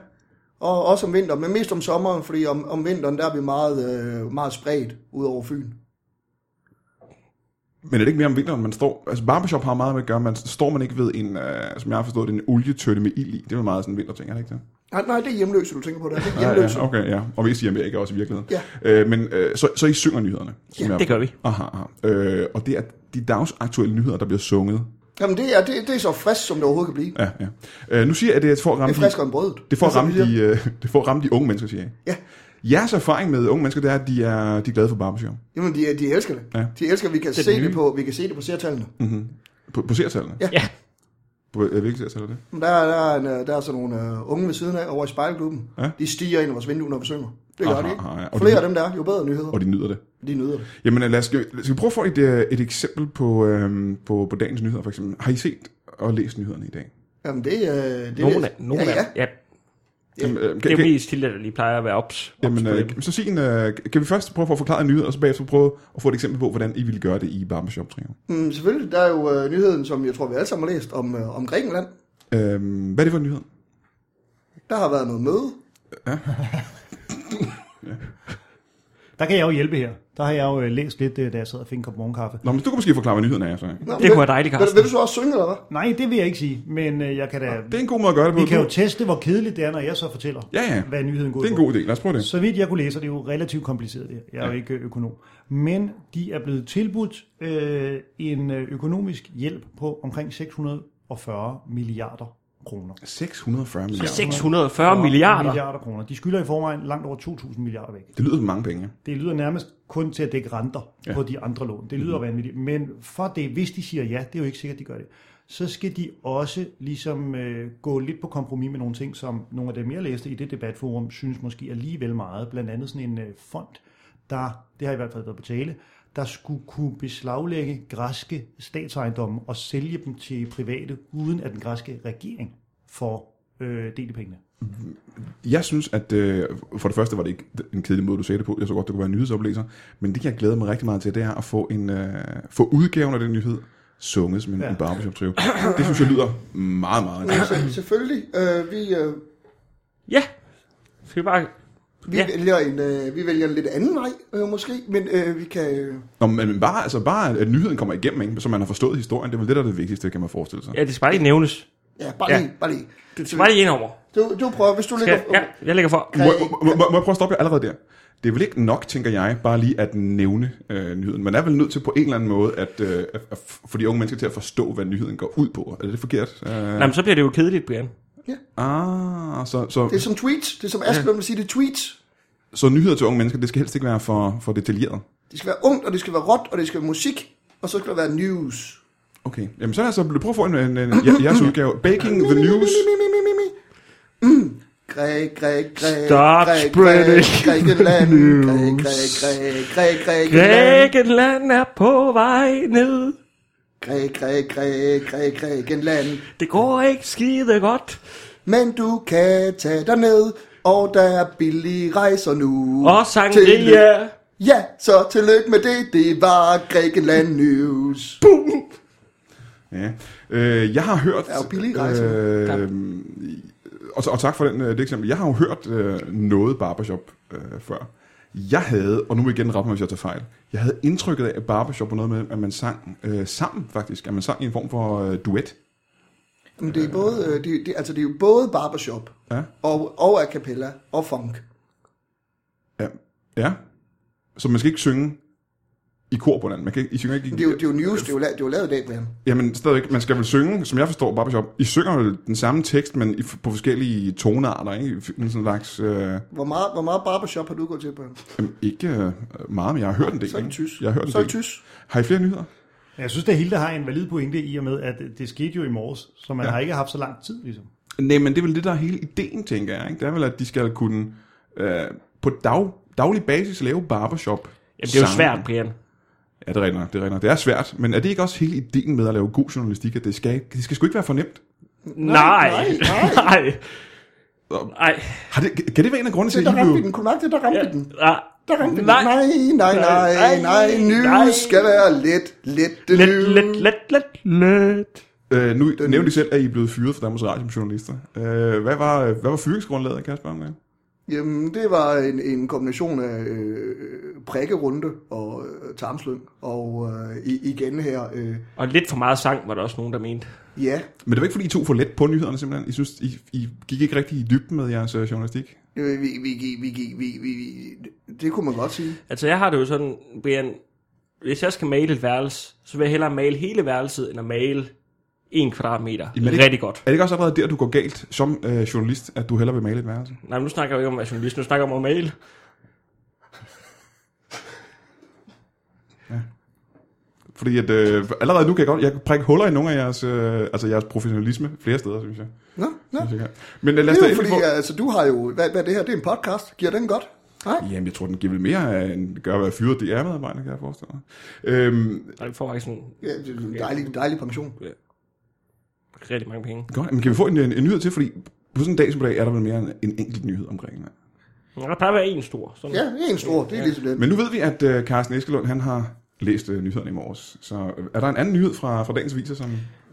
Og også om vinteren, men mest om sommeren, fordi om, om vinteren, der er vi meget, øh, meget spredt ud over Fyn.
men er det ikke mere om vinteren, man står... Altså barbershop har meget med at gøre, man står man ikke ved en, øh, som jeg har forstået, det, en olietønde med ild i. Det er jo meget sådan en vinterting, er det ikke det?
Nej, nej, det er hjemløse, du tænker på det. Det er
Ah, Ja,
hjemløse.
ja, okay, ja. Og mest i Amerika også i virkeligheden.
Ja.
Øh, men øh, så, så I synger nyhederne. som jeg-
Det gør vi.
Aha, aha. Øh, og det er de dagsaktuelle nyheder, der bliver sunget.
Jamen, det er, det, det er så frisk, som det overhovedet kan blive.
Ja, ja. Øh, nu siger jeg, at det er for at ramme
Det er friskere end brødet.
Det får at
Altså,
ramme
vi siger,
de, øh, det får at ramme de unge mennesker, siger jeg.
Ja.
Jeres erfaring med unge mennesker, det er, at de er, de er glade for barbershop.
Jamen, de, de elsker det.
Ja.
De elsker, at vi kan,
er
se
det
det,
nye.
på, vi kan se det på seertallene. Mm.
På, på seertallene?
Ja.
Ja.
På, øh, hvilke seertal er det?
Der, er- der, er en, øh, der er sådan nogle øh, unge ved siden af over i spejlklubben.
Ja.
De stiger ind i vores vindue, når vi synger. Det gør
Aha,
de ikke.
aha, ja. Og
Flere
de-
af dem, der er, jo bedre nyheder.
Og de nyder det.
De nyder det.
Jamen øh, lad os, skal vi prøve at få et, øh, et eksempel på, øhm, på, på dagens nyheder, for eksempel. Har I set og læst nyhederne i dag?
Jamen, det, øh, det
Nogle
er...
af, nogle
ja,
af,
ja.
ja.
Jamen, øh,
Det
kan,
er jo
kan,
mest til, at der lige plejer at være ops. ops
jamen,
på
øh,
dem.
kan- så sig en, øh, kan vi først prøve at få forklaret nyheder, og så bagefter prøve at få et eksempel på, hvordan I ville gøre det i barbershop trio
Mm, selvfølgelig, der er jo øh, nyheden, som jeg tror, vi alle sammen har læst, om, øh, om Grækenland.
øhm, Hvad er det for en nyhed?
Der har været noget møde.
Der kan jeg jo hjælpe her. Der har jeg jo øh, læst lidt, øh, da jeg sad og fik en kop morgenkaffe.
Nå, men du kan måske forklare, hvad nyheden er. Så.
Nå, men
Det kunne være dejligt,
vil,
Carsten.
vil, du så også synge, eller hvad?
Nej, det vil jeg ikke sige, men øh, jeg kan da...
Det er en god måde at gøre det på.
Vi kan jo teste, hvor kedeligt det er, når jeg så fortæller,
Ja, ja.
hvad nyheden går
Det er
ud
en god idé. Lad os prøve det.
Så vidt jeg kunne læse, og det er jo relativt kompliceret det her. Jeg er jo ikke øh, økonom. Men de er blevet tilbudt øh, en økonomisk hjælp på omkring 640 milliarder kroner.
640 milliarder.
640 milliarder.
milliarder kroner. De skylder i forvejen langt over 2.000 milliarder væk.
Det lyder som mange penge.
Det lyder nærmest kun til at dække renter
Ja.
ja. på de andre lån. Det lyder mm-hmm. vanvittigt. Men for det, hvis de siger ja, det er jo ikke sikkert, de gør det, så skal de også ligesom øh, gå lidt på kompromis med nogle ting, som nogle af dem, jeg læste i det debatforum, synes måske alligevel meget. Blandt andet sådan en øh, fond, der, det har i hvert fald været på tale, der skulle kunne beslaglægge græske statsejendomme og sælge dem til private, uden at den græske regering får øh, del i pengene.
Jeg synes, at øh, for det første var det ikke en kedelig måde, du sagde det på. Jeg så godt, det kunne være en nyhedsoplæser. Men det, jeg glæder mig rigtig meget til, det er at få, en, øh, få udgaven af den nyhed sunget som en, ja.
Ja.
en barbershop trio. Det synes jeg lyder meget, meget
Men
interessant.
se- selvfølgelig. Øh, vi, øh,
Ja. Skal vi bare...
vi,
Ja.
ja. vælger en, øh, vi vælger en lidt anden vej, øh, måske, men øh, vi kan... Øh,
Nå, men men bare, altså bare, at- at nyheden kommer igennem, ikke? så man har forstået historien. Det er vel det, der er det vigtigste, kan man forestille sig.
Ja, det skal bare lige nævnes.
ja, bare
Ja.
lige, bare lige.
Det skal bare lige ind over.
Du, du prøver, hvis du
Skal,
ligger...
ja, jeg lægger for.
Må, må, må, må jeg prøve at stoppe jer allerede der? Det er vel ikke nok, tænker jeg, bare lige at nævne øh, nyheden. Man er vel nødt til på en eller anden måde at, øh, at, at få de unge mennesker til at forstå, hvad nyheden går ud på. Er det forkert? Øh,
Nå, men så bliver det jo kedeligt, Brian.
Ah, så, så,
Det er som tweets. Det er som Asbjørn vil sige, det er tweets.
så nyheder til unge mennesker, det skal helst ikke være for, for detaljeret.
Det skal være ungt, og det skal være råt, og det skal være musik, og så skal der være news.
Okay, jamen så lad os så prøve at få en, en, en jer- jeres udgave. Baking the News.
Mi, mi, mi, Mm. mi, mi. Græk, græk, græk,
Stop
græk,
spreading
græk, Grækenland, græk, græk, græk, græk, Grækenland,
Grækenland er på vej ned.
græk, græk, græk, græk, Grækenland.
Det går ikke skide godt.
Men du kan tage dig ned, og der er billige rejser nu.
Og
Tillykke.
sangria.
Ja, så tillykke med det, det var Grækenland News.
Ja. Øh, jeg har hørt...
Der er jo billige rejser.
Øh, og, og tak for den, øh, det eksempel. Jeg har jo hørt øh, noget barbershop øh, før. Jeg havde, og nu vil jeg igen rette mig, hvis jeg tager fejl, jeg havde indtrykket af, at Barbershop var noget med, at man sang øh, sammen faktisk, at man sang i en form for øh, duet.
Men det er både, øh, det, det, altså det er jo både barbershop
Ja.
og, og a cappella og funk.
Ja. ja. Så man skal ikke synge i kor på hinanden. Man kan, ikke- I synger ikke i,
Men det er jo, det er jo news, det er jo, la- det er jo lavet i dag, Brian.
Jamen stadigvæk, man skal vel synge, som jeg forstår Barbershop, I synger vel den samme tekst, men i, på forskellige tonearter, ikke? I Sådan en slags, øh,
Hvor meget, hvor meget barbershop har du gået til, Brian?
jamen, ikke øh, meget, men jeg har hørt en del.
Så er det
ikke?
tys.
Jeg har hørt en
Så er det
del.
tys.
Har I flere nyheder?
Jeg synes, det er Hilde har en valid pointe i og med, at det skete jo i morges, så man
Ja.
ja. har ikke haft så lang tid, ligesom.
Nej, men det er vel det, der er hele ideen, tænker jeg. Ikke? Det er vel, at de skal kunne øh, på dag, daglig basis lave barbershop.
Jamen, det er jo svært, Brian.
Ja, det regner, det regner. Det er svært, men er det ikke også hele ideen med at lave god journalistik, at det skal, det skal sgu ikke være for nemt?
Nej,
nej,
nej. nej. Nej,
Har det, kan det være en af grundene til,
Se,
at
der
I
ramte vi
blev...
den. Kunne du mærke det? Der ramte
ja,
vi den.
nej,
Der ramte vi den.
Nej.
Nej, nej, nej, nej, nej. News
nej.
skal være let, let. The
let,
news.
let, let, let, let.
Øh, nu nævnte I selv, at I er blevet fyret fra Danmarks Radio som journalister. Øh, hvad, var, hvad var fyringsgrundlaget, kan jeg spørge om det?
Jamen, det var en, en kombination af øh, prikkerunde og øh, tarmslyng. Og øh, i, igen her, øh,
Og lidt for meget sang, var der også nogen, der mente.
ja,
Men det var ikke, fordi I tog for let på nyhederne, simpelthen. I synes, I, I gik ikke rigtig i dybden med jeres øh, journalistik.
øh, vi, vi, gik- vi, gik- vi, vi, vi, det kunne man godt sige.
Altså, jeg har det jo sådan, Brian, hvis jeg skal male et værelse, så vil jeg hellere male hele værelset, end at male en kvadratmeter.
Jamen, er det-
Rigtig godt.
Er det ikke også allerede der, du går galt som øh, journalist, at du hellere vil male et værelse?
Nej, men nu snakker jeg jo ikke om at være journalist, nu snakker jeg om at male.
Fordi at, øh, allerede nu kan jeg godt jeg kan prikke huller i nogle af jeres, øh, altså jeres professionalisme flere steder, synes jeg.
Nå, nå.
Synes jeg kan. Men øh, lad os
Det
da
er jo
endelig
fordi,
få...
altså, du har jo, hvad, hvad er det her, det er en podcast. Giver den godt? Nej?
Jamen, jeg tror, den giver vel mere, øh, end gør at være fyret DR-medarbejder, kan jeg forestille mig. Øhm,
Og jeg får faktisk sådan
Ja, det er en dejlig, dejlig pension.
rigtig mange penge.
godt, men kan vi få en, øh, en, en nyhed til? Fordi på sådan en dag som i dag, er der vel mere end en enkelt nyhed omkring det.
Nå, Der plejer at være en stor. Sådan.
Ja, det er en stor, det er ligesom den.
Men nu ved vi, at øh, Carsten Eskelund, han har læst øh, nyhederne i morges. Så øh, er der en anden nyhed fra, fra dagens viser, som...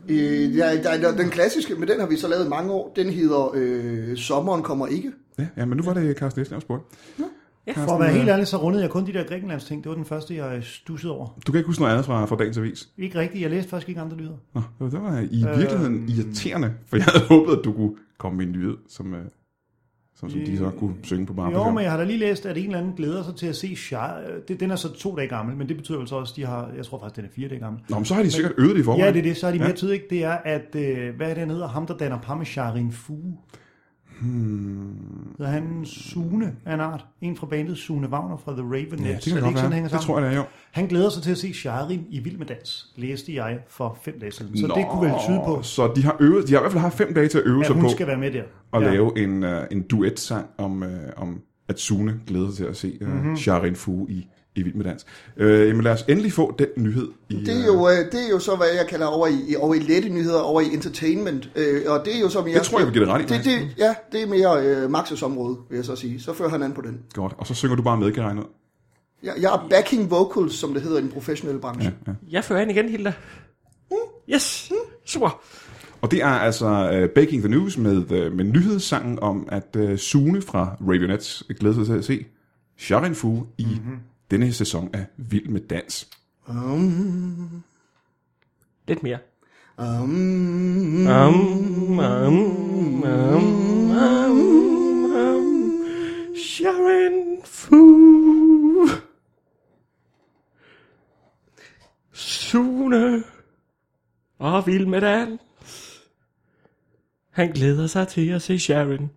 Øh, ja, der, der, den klassiske, men den har vi så lavet i mange år, den hedder øh, Sommeren kommer ikke.
Ja, ja, men nu var det Carsten Eskelund, der spurgte. øh,
For at være helt ærlig, så rundede jeg kun de der Grækenlands ting. Det var den første, jeg stussede over.
Du kan ikke huske noget andet fra, fra dagens avis.
Ikke rigtigt, jeg læste faktisk ikke andre lyder.
Nå, det var- det var i virkeligheden øh... irriterende, for jeg havde håbet, at du kunne komme med en nyhed, som, øh, som, som de så kunne synge på
Øh, Jo, men
bare.
jeg har da lige læst, at en eller anden glæder sig til at se Shire. Det, den er så to dage gammel, men det betyder vel så også, at de har, jeg tror faktisk, den er fire dage gammel.
Nå, men så har de sikkert øvet det i forvejen.
Ja, det er det. Så er de mere
Ja.
ja. tid, ikke? Det er, at, øh, hvad er det, han hedder? Ham, der danner parmesharin fuge. Hmm. Hedder han Sune af en art? En fra bandet Sune Wagner fra The Raven
Ja,
Nets.
det kan det
er ikke
godt
sådan,
være.
hænger
Det
sammen?
tror jeg, det er jo.
Han glæder sig til at se Sharin i Vild med Dans, læste jeg for fem dage siden. Så
Nå,
Nå, det kunne vel tyde på,
Så de har, øvet, de har i hvert fald haft fem dage til at øve
at
sig
hun
på
skal være med der.
at ja. lave en, uh, en duetsang om, uh, om at Sune glæder sig til at se uh,
Mhm.
mm-hmm. Sharin Fu i, i Vild med Dans. Uh, jamen lad os endelig få den nyhed. I,
Det er, jo, øh, det er jo så, hvad jeg kalder over i, i- over i lette nyheder, over i entertainment. Øh, og det er jo så mere...
Det tror jeg, vi giver det ret i,
Det, det, ja, det er mere øh, Maxes område, vil jeg så sige. Så fører han an på den.
Uh, godt, og så synger du bare med, kan jeg regne ud.
Jeg, jeg er backing vocals, som det hedder i den professionelle branche. Ja.
Jeg fører ind igen, Hilda. Yes, super.
Og det er altså uh, Baking the News med, uh, med nyhedssangen om, at uh, Sune fra Ravionettes glæder sig til at se Sharin Fu i
Mhm.
mm-hmm. denne sæson af Vild med Dans.
Um,
Lidt mere.
um,
Um, um, um, um, um. Sharon Fu. Sune. Og vild med dans. Han glæder sig til at se Sharon.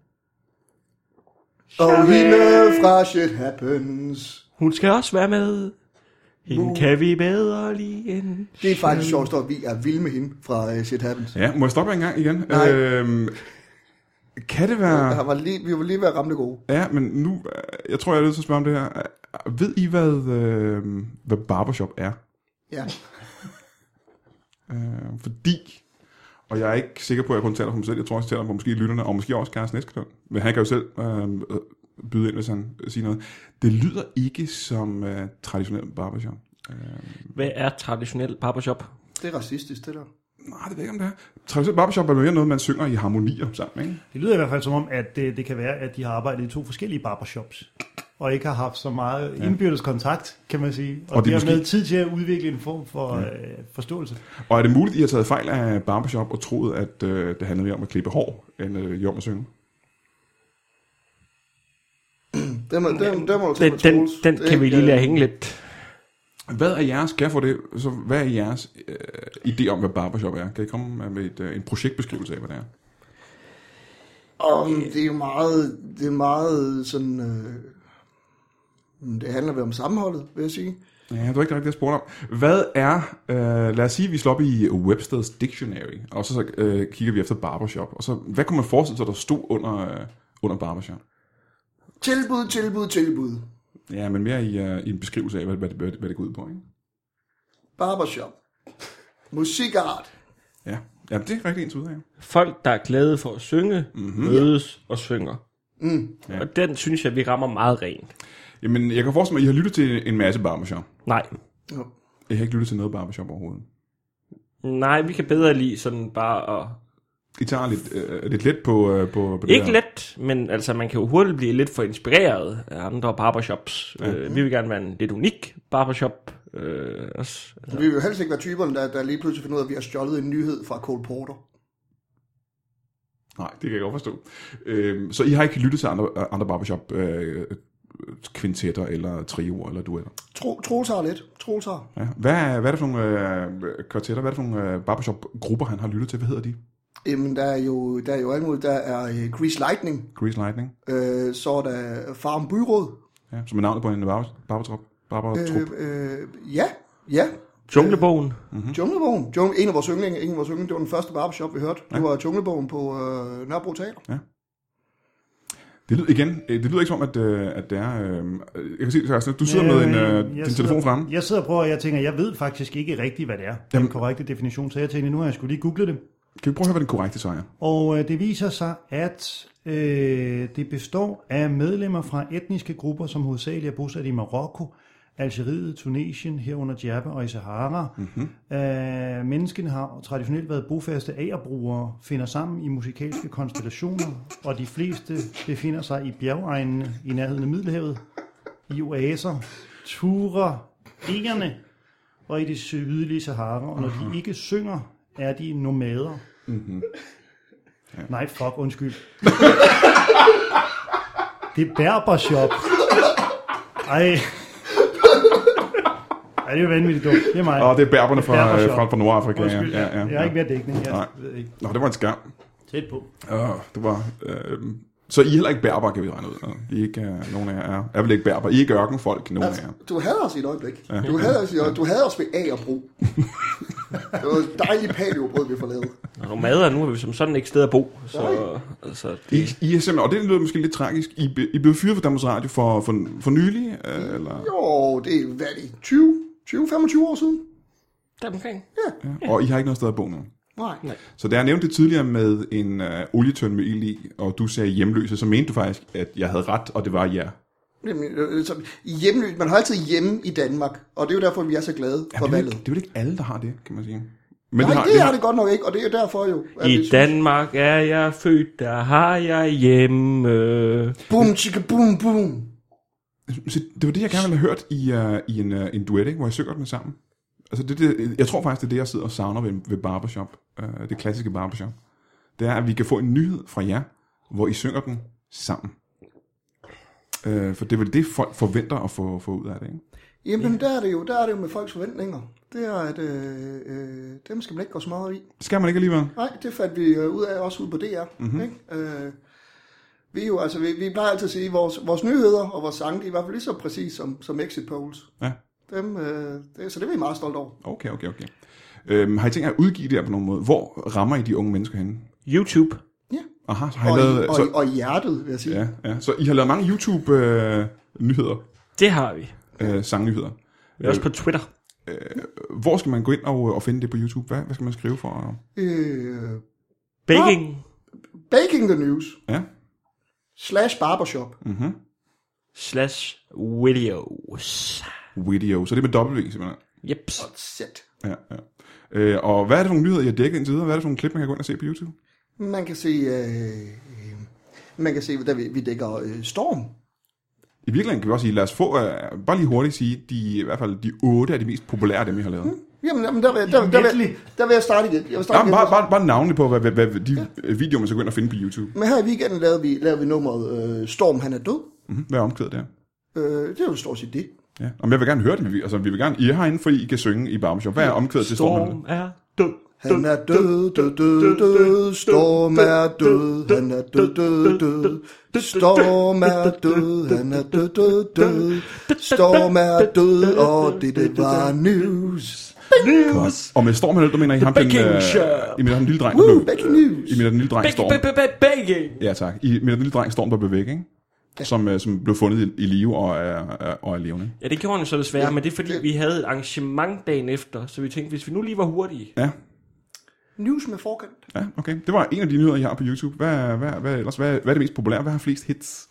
og hende fra Shit Happens.
Hun skal også være med. Hende kan vi bedre lige end...
Det er faktisk sjovt, at vi er vilde med hende fra uh, Shit Happens.
Ja, må jeg stoppe jer en gang igen?
Nej.
Øhm, kan det være...
Der var lige, vi var lige ved at ramme det gode.
Ja, men nu, øh, jeg tror, jeg er nødt til at spørge om det her. Øh, Ved I, hvad, øh, hvad barbershop er?
Ja.
Øh, fordi, og jeg er ikke sikker på, at jeg kun taler for mig selv, jeg tror også, jeg taler for måske lytterne, og måske også Carsten Eskelund, men han kan jo selv øh, øh, byde ind, hvis han siger noget. Det lyder ikke som øh, traditionel barbershop. Øh,
Hvad er traditionel barbershop?
Det er racistisk, det der.
Nej, det ved jeg ikke, om det er. Traditionel barbershop er mere noget, man synger i harmonier sammen, ikke?
øh, Det lyder i hvert fald som om, at det, det kan være, at de har arbejdet i to forskellige barbershops. og ikke har haft så meget indbyrdes kontakt, kan man sige. Og,
Og
og
det
det
er
har
måske-
med tid til at udvikle en form for øh, forståelse.
Og er det muligt, I har taget fejl af Barbershop og troet, at øh, det handlede mere om at klippe hår, end øh, jo om at synge?
Den, den, den, den må du tage
Den,
med
den,
Troels.
den
Det er
kan vi
ikke,
lige lade
øh,
hænge lidt.
Hvad er jeres, kan jeg få det, så hvad er jeres øh, idé om, hvad Barbershop er? Kan I komme med et, øh, en projektbeskrivelse af, hvad det er?
Og men det er jo meget, det er meget sådan, øh, mm, det handler vel om sammenholdet, vil jeg sige.
Ja, det var ikke rigtigt, det, jeg spurgte om. Hvad er, øh, lad os sige, vi slår op i Webster's Dictionary, og så, så øh, kigger vi efter Barbershop, og så, hvad kunne man forestille sig, der stod under, øh, under Barbershop?
Tilbud, tilbud, tilbud.
Ja, men mere i, øh, i en beskrivelse af, hvad, hvad, det- hvad, det- hvad det går ud på, ikke?
Barbershop. Musikart.
Ja, ja det er rigtig ens ud af.
Folk, der er glade for at synge,
Mhm.
mm-hmm. mødes og synger.
Mm.
Ja.
Og den synes jeg, vi rammer meget rent.
Jamen, jeg kan forestille mig, at I har lyttet til en masse Barbershop.
Nej.
Jo.
Jeg har ikke lyttet til noget Barbershop overhovedet.
Nej, vi kan bedre lide sådan bare at...
I tager lidt, øh, lidt let på, øh, på, på det
Ikke
her.
let, men altså man kan jo hurtigt blive lidt for inspireret af andre barbershops. Ja. Øh, vi vil gerne være en lidt unik barbershop. Øh, også.
Vi vil jo helst ikke være typerne, der, der lige pludselig finder ud af, at vi har stjålet en nyhed fra Cole Porter.
Nej, det kan jeg godt forstå. Øhm, så I har ikke lyttet til andre, andre barbershop øh, kvintetter eller trioer eller duetter?
Tro, Troels har lidt. Troels har.
Ja. Hvad, er, hvad er det for nogle øh, kvartetter, hvad er det for nogle øh, barbershop-grupper, han har lyttet til? Hvad hedder de?
Jamen, der er jo, der er jo alt muligt. Der er øh, Grease Lightning.
Grease Lightning,
Øh, så er der Farm Byråd.
ja, som er navnet på en barber- barbertrop. Barbertrup.
Øh,
Øh,
øh, ja, ja.
Junglebogen.
Hmm?
Mm. Junglebogen. Jung, en af vores yndlinge, en af vores yndlinge, det var den første barbershop, vi hørte. Ja. Det var Junglebogen på øh, Nørrebro Teater.
det lyder igen, øh, det lyder ikke som om, at, øh, at det er... Øh, jeg kan se, Carsten, du sidder med en, øh, din
jeg
telefon
sidder,
fremme.
Jeg sidder og prøver, og jeg tænker, jeg ved faktisk ikke rigtigt, hvad det er. Den
Jamen.
korrekte definition. Så jeg tænkte, nu har jeg skulle lige googlet det.
Kan vi prøve at høre, hvad den korrekte sejr er?
Og øh, det viser sig, at øh, det består af medlemmer fra etniske grupper, som hovedsageligt er bosat i Marokko, Algeriet, Tunesien, herunder Djerba og i Sahara. Mm-hmm. Øh, menneskene har traditionelt været bofaste agerbrugere, finder sammen i musikalske konstellationer, og de fleste befinder sig i bjergegnene i nærheden af Middelhavet, i oaser, ture, egerne og i det sydlige Sahara. Og når
Mhm.
de ikke synger, er de nomader. Nej, fuck, undskyld. det er Berbershop. Ej. Ej, det er vanvittigt dumt. Det er mig.
Åh, det er berberne fra, øh,
Barbershop.
fra, fra Nordafrika. Ja,
Undskyld,
ja, ja,
jeg har ikke mere dækning. Jeg
Nej.
ved ikke.
Nå, det var en skam.
Tæt på.
Uh, det var, øh, så I er heller ikke berber, kan vi regne ud. Uh, I er ikke, uh, nogen af jer er, er vel ikke berber. I er ikke ørkenfolk, nogen af jer.
Altså, Du havde os i et øjeblik. Ja. Du, havde os i, du havde os ved A og Bro. det var dejligt paleobrød, vi får lavet.
Og nomader, nu har vi som sådan ikke sted at bo. Så, altså,
I,
det,
I er simpelthen, og det lyder måske lidt tragisk, I, be, I blev fyret fra Danmarks Radio for, for, for nylig, øh, eller,
Jo, det er, hvad er det, 20, 20-25 år siden?
der omkring.
ja. og I har ikke noget sted at bo nu.
Nej.
Nej.
Så da jeg nævnte det tidligere med en øh, olietøn med ild i, og du sagde hjemløse, så mente du faktisk, at jeg havde ret, og det var jer.
Jamen, øh, så hjemløs, man har altid hjemme i Danmark, og det er jo derfor, vi er så glade
Jamen, det,
for
er jo
valget.
ikke, det er jo ikke alle, der har det, kan man sige. Men
Nej,
har,
det er
har,
det godt nok ikke, og det er derfor jo. at vi
I
synes-
Danmark er jeg født, der har jeg hjemme.
Boom, chicka, boom, boom.
Så det var det, jeg gerne ville have hørt i, uh, i en, uh, en duet, ikke? hvor I synger den sammen. Altså, det, det, jeg tror faktisk, det er det, jeg sidder og savner ved, ved Barbershop. Uh, det klassiske Barbershop. Det er, at vi kan få en nyhed fra jer, hvor I synger den sammen. Uh, for det er vel det, folk forventer at få, få ud af det, ikke?
Jamen, der er det jo, der er det jo med folks forventninger. Det er, at øh, øh, dem skal man ikke gå så meget i.
Skal man ikke alligevel?
Nej, det fandt vi øh, ud af, også ude på DR.
Mhm.
Mm-hmm. Ikke? Øh, vi, er jo, altså, vi, vi plejer altid at sige, at vores, vores nyheder og vores sange, de er i hvert fald lige så præcis som, som exit polls.
Ja,
Dem, øh, det, så det er vi meget stolte over.
okay, okay, okay. Øhm, har I tænkt jer at udgive det her på nogen måde? Hvor rammer I de unge mennesker henne?
YouTube.
Ja.
Aha, så har I
Og,
lavet...
i, og,
så,
så... og i hjertet, vil jeg sige.
ja, ja, så I har lavet mange YouTube-nyheder,
Det har vi.
øh, øh, sangnyheder.
Vi er også på Twitter.
Hvor skal man gå ind og, og finde det på YouTube? Hvad, hvad skal man skrive for? at-
Øh,
Baking.
Baking the News
Ja,
slash barbershop.
Mm.
slash videos.
video. Så det er med W simpelthen.
Jeps.
Sæt.
Ja, ja. Øh, og hvad er det for nogle nyheder, jeg dækker indtil videre? Hvad er det for nogle klip, man kan gå ind og se på YouTube?
Man kan se, øh, øh, man kan se, der vi, vi dækker øh, storm.
I virkeligheden kan vi også sige, lad os få, øh, bare lige hurtigt sige, de, i hvert fald de otte af de mest populære af dem, I har lavet. Mm.
Jamen, jamen der, vil, der, der, der, der, vil, der vil jeg starte igen. Jeg vil starte
Jamen,
igen.
bare, bare, bare navnene på, hvad, hvad, hvad de ja. videoer, man så går ind og finde på YouTube.
Men her i weekenden lavede vi, lavede vi nummeret øh, Storm, han er død.
Mm-hmm. Hvad er omkvædet der?
Øh, det er jo stort set det.
Ja. Om jeg vil gerne høre det. Vi- Altså, vi vil gerne, I er herinde, fordi I kan synge i barbershop. Hvad er omkvædet til Storm?
Storm er død.
Han er død, død, død, død, Storm er død, han er død, død, død, Storm er død, han er død, død, død, Storm er død, og det, det var news.
News.
Og med Storm, han er død, der mener I ham, den,
Baking
øh,
Shop.
I mener ham, den lille dreng,
Woo,
der blev-
Baking News.
I mener den lille dreng, Storm.
Baking.
Ja, tak. I mener den lille dreng, Storm, der blev væk, ikke? Som, øh, som blev fundet i, i live og er, er, og er levende.
Ja, det gjorde han jo så desværre, men det er fordi, vi havde et arrangement dagen efter, så vi tænkte, hvis vi nu lige var hurtige.
Ja,
News med forkant.
ja, okay. Det var en af de nyheder, I har på YouTube. Hvad, hvad, hvad, ellers, hvad, hvad er det mest populære? Hvad har flest hits?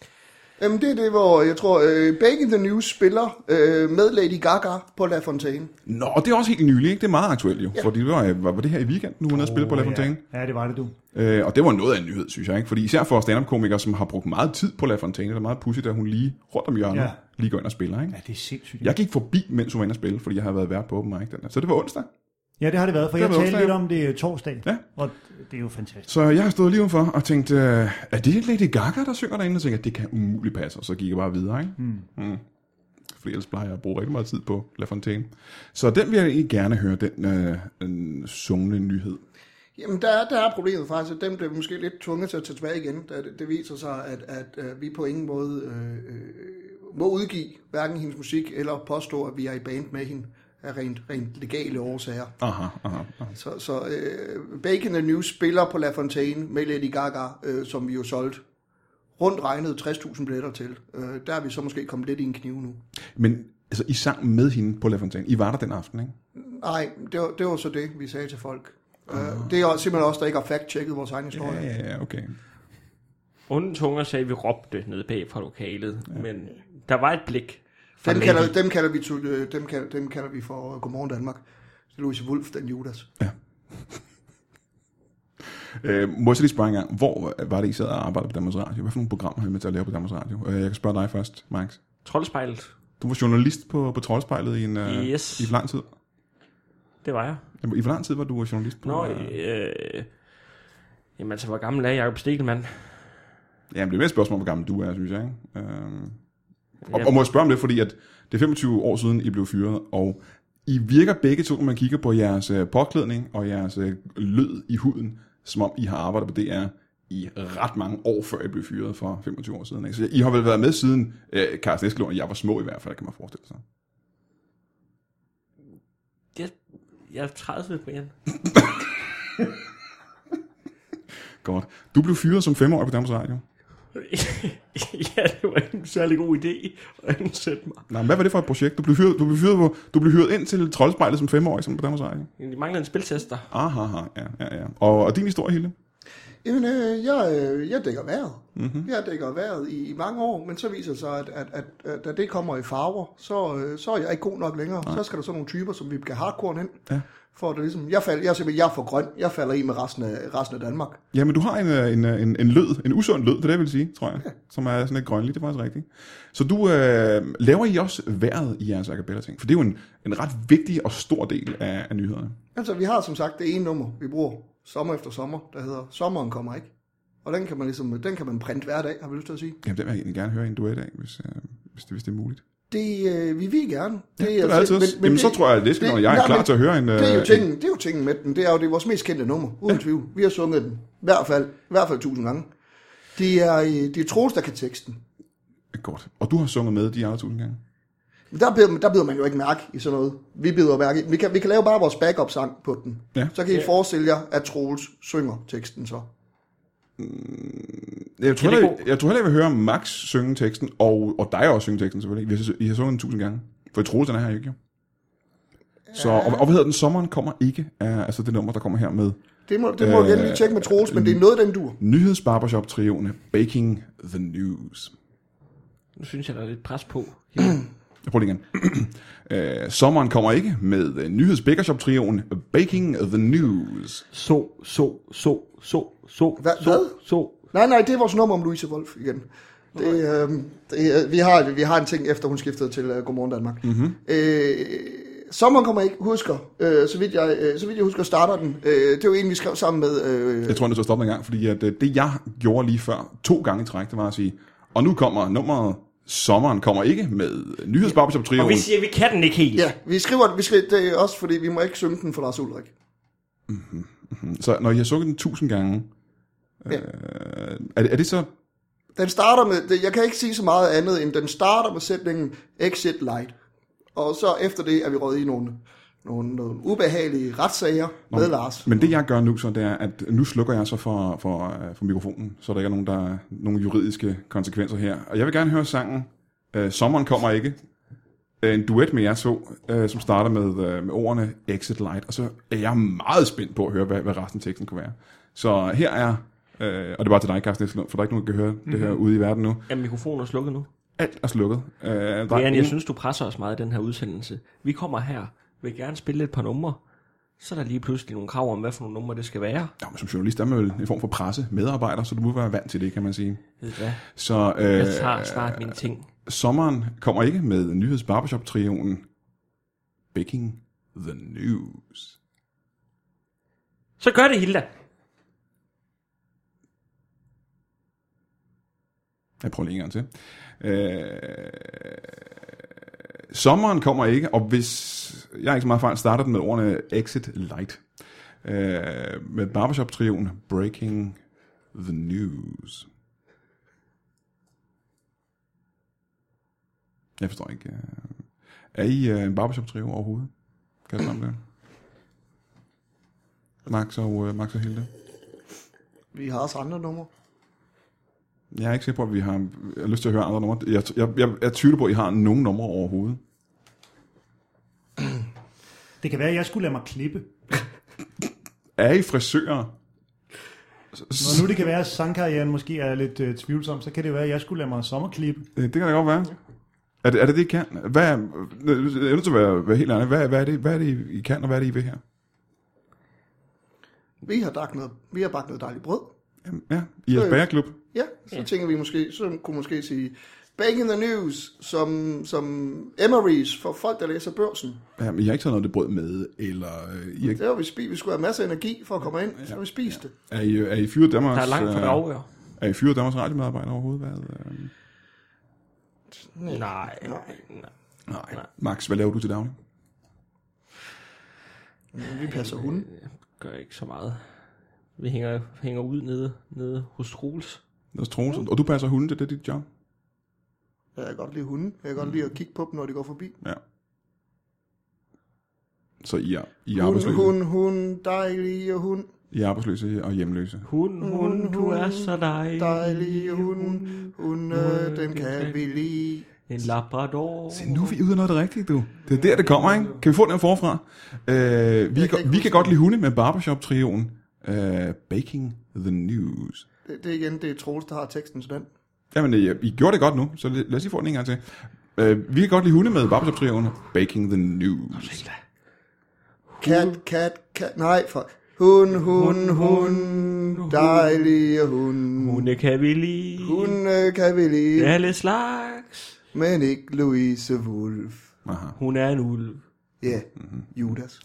Jamen det er det, hvor jeg tror, øh, Back in the News spiller øh, med Lady Gaga på La Fontaine.
Nå, og det er også helt nyligt, ikke? Det er meget aktuelt jo. Ja. Fordi det var, øh, var, var det her i weekenden, nu var nede og spille på La Fontaine?
Ja. ja, det var det du.
Øh, og det var noget af en nyhed, synes jeg. Ikke? Fordi især for stand-up-komikere, som har brugt meget tid på La Fontaine, det er meget pudsigt, at hun lige rundt om hjørnet ja.
Ja.
lige går ind og spiller. Ikke?
Ja, det er sindssygt.
Jeg gik forbi, mens hun var inde og spille, fordi jeg havde været vært på open mic. Den der. Så det var onsdag.
Ja, det har det været, for
Det
jeg
har været
talte lidt
onsdag,
om det øh, torsdag,
Ja.
og det er jo fantastisk.
Så jeg har stået lige udenfor og tænkt, øh, er det Lady Gaga, der synger derinde? Og tænkte, jeg, det kan umuligt passe, og så gik jeg bare videre. Ikke? Mm. Mm. Fordi ellers plejer jeg at bruge rigtig meget tid på La Fontaine. Så den vil jeg egentlig gerne høre, den øh, øh, sungne nyhed.
Jamen, der, er- der er problemet faktisk, at dem blev måske lidt tvunget til at tage tilbage igen, da det, det viser sig, at, at, at vi på ingen måde øh, øh, må udgive hverken hendes musik eller påstå, at vi er i band med hende af rent, rent legale årsager.
Aha, aha, aha.
Så, så øh, Bacon and News spiller på La Fontaine med Lady Gaga, øh, som vi jo solgte rundt regnet 60.000 billetter til. Øh, der er vi så måske kommet lidt i en knive nu.
Men altså, I sang med hende på La Fontaine. I var der den aften, ikke?
Nej, det var, det var så det, vi sagde til folk. Øh, det er også- simpelthen også der ikke har fact-checket vores egen historie.
Ja, ja, ja, okay.
Onde tunger sagde, at vi råbte nede bag fra lokalet, ja. men der var et blik. fra
Dem
Lady.
kalder, dem, kalder vi, til- øh, dem, kalder, dem kalder vi for øh, Godmorgen Danmark. Det er Louise Wolf, den Judas.
Øh, må jeg så lige spørge en gang, hvor var det, I sad og arbejdede på Danmarks Radio? Hvad for nogle programmer har I med til at lave på Danmarks Radio? Øh, jeg kan spørge dig først, Max.
Troldspejlet,
Du var journalist på, på Troldspejlet i en... Øh,
Yes.
I hvor lang tid?
det var jeg.
I hvor lang tid var du journalist på?
Nå,
øh,
øh, jamen altså, hvor gammel er Jacob Stegelmann?
jamen, det er mere et spørgsmål, hvor gammel du er, synes jeg. Ikke? Øh, og,
Ja.
og, må jeg spørge om det, fordi at det er 25 år siden, I blev fyret, og I virker begge to, når man kigger på jeres øh, påklædning og jeres øh, lød i huden, som om I har arbejdet på DR i ret mange år, før I blev fyret for 25 år siden. Ikke? Så I har vel været med siden øh, Carsten Eskelund og jeg var små i hvert fald, kan man forestille sig.
Jeg, jeg er 30, Brian.
Godt. Du blev fyret som femårig på Danmarks Radio.
ja, det var ikke en særlig god idé at ansætte mig.
Nej, men hvad var det for et projekt? Du blev hyret, du blev fyret, på, du blev hyret ind til Troldspejlet som femårig som på Danmarks Radio.
De manglede en spiltester.
Aha, aha, Ah, ja, ja, ja. Og, og din historie, Hilde?
Jamen, øh, jeg, øh, jeg dækker vejret. Mm-hmm. Jeg dækker vejret i, i mange år, men så viser det sig, at, at, at, at da det kommer i farver, så, øh, så er jeg ikke god nok længere. Så skal der sådan nogle typer, som vi kan hardcore ind. Ja. For at det ligesom, jeg, fald, jeg, er simpelthen, jeg er for grøn. Jeg falder i med resten af, resten af Danmark.
Jamen, du har en, øh, en, øh, en, en lød, en usund lød, det er det, jeg vil sige, tror jeg, som er sådan lidt grønlig, det er faktisk rigtigt. Så du øh, laver I også vejret i jeres acapella-ting, for det er jo en, en ret vigtig og stor del af, af nyhederne.
Altså, vi har som sagt det ene nummer, vi bruger sommer efter sommer, der hedder Sommeren kommer ikke. Og den kan man ligesom, den kan man printe hver dag, har vi lyst til at sige.
Jamen, det vil jeg egentlig gerne høre en duet af, hvis, øh, hvis, det, hvis det er muligt.
Det øh, vi vil gerne. Det,
Det er altid også. Jamen, så tror jeg, at det skal, når jeg er
nej,
klar
men
til at høre en... øh,
Det er, jo
en-
tingen, det er jo tingen med den. Det er jo det er vores mest kendte nummer, uden ja. tvivl. Vi har sunget den. I hvert fald, i hvert fald tusind gange. Det er, øh, det er Troels, der kan teksten.
Godt. Og du har sunget med de andre tusind gange?
Men der bider, der bider man jo ikke mærke i sådan noget. Vi bider mærke i. Vi kan, vi kan lave bare vores backup-sang på den.
Ja.
Så kan I forestille jer, at Troels synger teksten så.
Jeg tror,
Ja, det er
heller, jeg, jeg tror heller, jeg vil høre Max synge teksten, og, og dig også synge teksten selvfølgelig. Vi har, I har sunget den tusind gange, for I troede, den er her ikke, jo. Så, og, og hvad hedder den? Sommeren kommer ikke, er, altså det nummer, der kommer her med
Det må, det må øh,
Øh,
jeg lige tjekke med Troels, men det er noget, den dur.
nyhedsbarbershop-trioene Baking the News.
Nu synes jeg, der er lidt pres på.
Jeg prøver lige igen. øh, sommeren kommer ikke med øh, nyhedsbakershop-trioen Baking the News.
Så, så, så, så, så,
Hva-
så,
hvad?
så.
Nej, nej, det er vores nummer om Louise Wolf igen. Det, øh, det, øh, vi, har, vi har en ting, efter hun skiftede til øh, Godmorgen Danmark. Mm-hmm. Øh, sommeren kommer ikke, husker. Øh, så, vidt jeg, øh, så vidt jeg husker, starter den. Øh, det var en, vi skrev sammen med... Øh,
Jeg tror, det skal stoppe en gang, fordi at, øh, det, jeg gjorde lige før, to gange i træk, det var at sige, og nu kommer nummeret, sommeren kommer ikke med nyhedsbabishop trioen
Og vi siger, at vi kan den ikke helt.
ja, vi skriver den. Vi skriver, det er også, fordi vi må ikke synge den for Lars Ulrik.
Så når jeg har sunget den tusind gange, øh,
Ja.
er, det, er det så...
Den starter med... Det, jeg kan ikke sige så meget andet, end den starter med sætningen Exit Light. Og så efter det er vi røget i nogle, nogle, nogle ubehagelige retssager Nå, med Lars.
Men det, jeg gør nu, så det er, at nu slukker jeg så for, for, øh, for mikrofonen, så der ikke er nogen, der er nogen juridiske konsekvenser her. Og jeg vil gerne høre sangen, øh, Sommeren kommer ikke, Øh, en duet med jer så, øh, som starter med, øh, med ordene Exit Light, og så er jeg meget spændt på at høre, hvad, hvad resten af teksten kunne være. Så her er, øh, og det er bare til dig, Carsten Esselund, for der er ikke nogen, der kan høre mm-hmm. det her ude i verden nu.
Er mikrofonen er slukket nu?
Alt er slukket. Øh, der er
Brian,
ingen-
jeg synes, du presser os meget i den her udsendelse. Vi kommer her, vil gerne spille et par numre, så er der lige pludselig nogle krav om, hvad for nogle numre det skal være.
Nå, men som journalist er man vel en form for presse, medarbejder, så du må være vant til det, kan man sige.
Ved du hvad?
Så
Jeg
øh,
tager snart mine ting.
sommeren kommer ikke med nyheds barbershop trioen Baking the News.
Så gør det, Hilda.
Jeg prøver lige en gang til. Øh, sommeren kommer ikke, og hvis jeg er ikke så meget fejl, starter den med ordene Exit Light. Øh, med barbershop trioen Breaking the News. Jeg forstår ikke. øh, Er I øh, en barbershop-trio overhovedet? Kan jeg snakke om det? Max og, øh, Max og Hilde?
Vi har også andre numre.
Jeg er ikke sikker på, at vi har jeg har lyst til at høre andre numre. Jeg, jeg, jeg, jeg tvivler på, at I har nogen numre overhovedet.
Det kan være, at jeg skulle lade mig klippe.
Er I frisører?
Når nu det kan være, at sangkarrieren måske er lidt øh, tvivlsom, så kan det være, at jeg skulle lade mig sommerklippe.
Øh, Det kan da godt være. Er det, er det det, I kan? Hvad er, øh, jeg er nødt til at være, være helt ærlig. Hvad, hvad, er det, hvad er det, I kan, og hvad er det, I vil her?
Vi har, bagt noget, vi har bagt noget dejligt brød.
Jamen, ja, I er et
Øh.
bagerklub.
Ja, så ja. tænker vi måske, så kunne måske sige Back in the News, som, som Emery's for folk, der læser børsen.
Jamen, I har ikke taget noget af det brød med, eller øh, I er, ikke-
Det var vi spist. Vi skulle have masser af energi for at komme ind, så vi spiste det.
er I, er I fyret Danmarks...
Der er langt fra
øh,
det afhør.
Er I fyret Danmarks radiomedarbejder overhovedet? Hvad, øh,
Nej, nej, nej.
nej. nej. Max, hvad laver du til daglig?
Vi passer hunden.
Gør ikke så meget. Vi hænger, hænger ud nede, nede hos Troels.
Lad os tro, og du passer hunde, det er dit job?
Jeg kan godt lide hunden. Jeg kan godt lide at kigge på dem, når de går forbi.
Ja. Så I er, I er
Hun,
arbejdsløse,
hun, hun, dejlige hund,
I er arbejdsløse og hjemløse.
Hun, hun, du er så dejlig.
dejlige hund, hunde, dem kan vi lide.
En labrador.
Se, nu er vi ude af noget af det rigtige, du. Det er der, det kommer, ikke? Kan vi få den her forfra? Øh, vi,
Jeg kan
kan,
ikke
vi
huske
kan godt lide hunde med Barbershop-trioen. Øh, baking the News.
Det, det er igen, det er Troels, der har teksten til den.
Jamen, øh, I gjorde det godt nu, så lad lad os lige få den en gang til. Øh, vi kan godt lide hunde med Barbershop-trioen. Baking the News.
Kat, kat, kat, nej, for... Hun, hun, hun, dejlige hun.
Hunde kan vi lide.
Hunde øh, kan vi lide.
Alle slags.
Men ikke Louise Wolf.
Aha,
Hun er en ulv.
Ja,
Mhm.
Judas.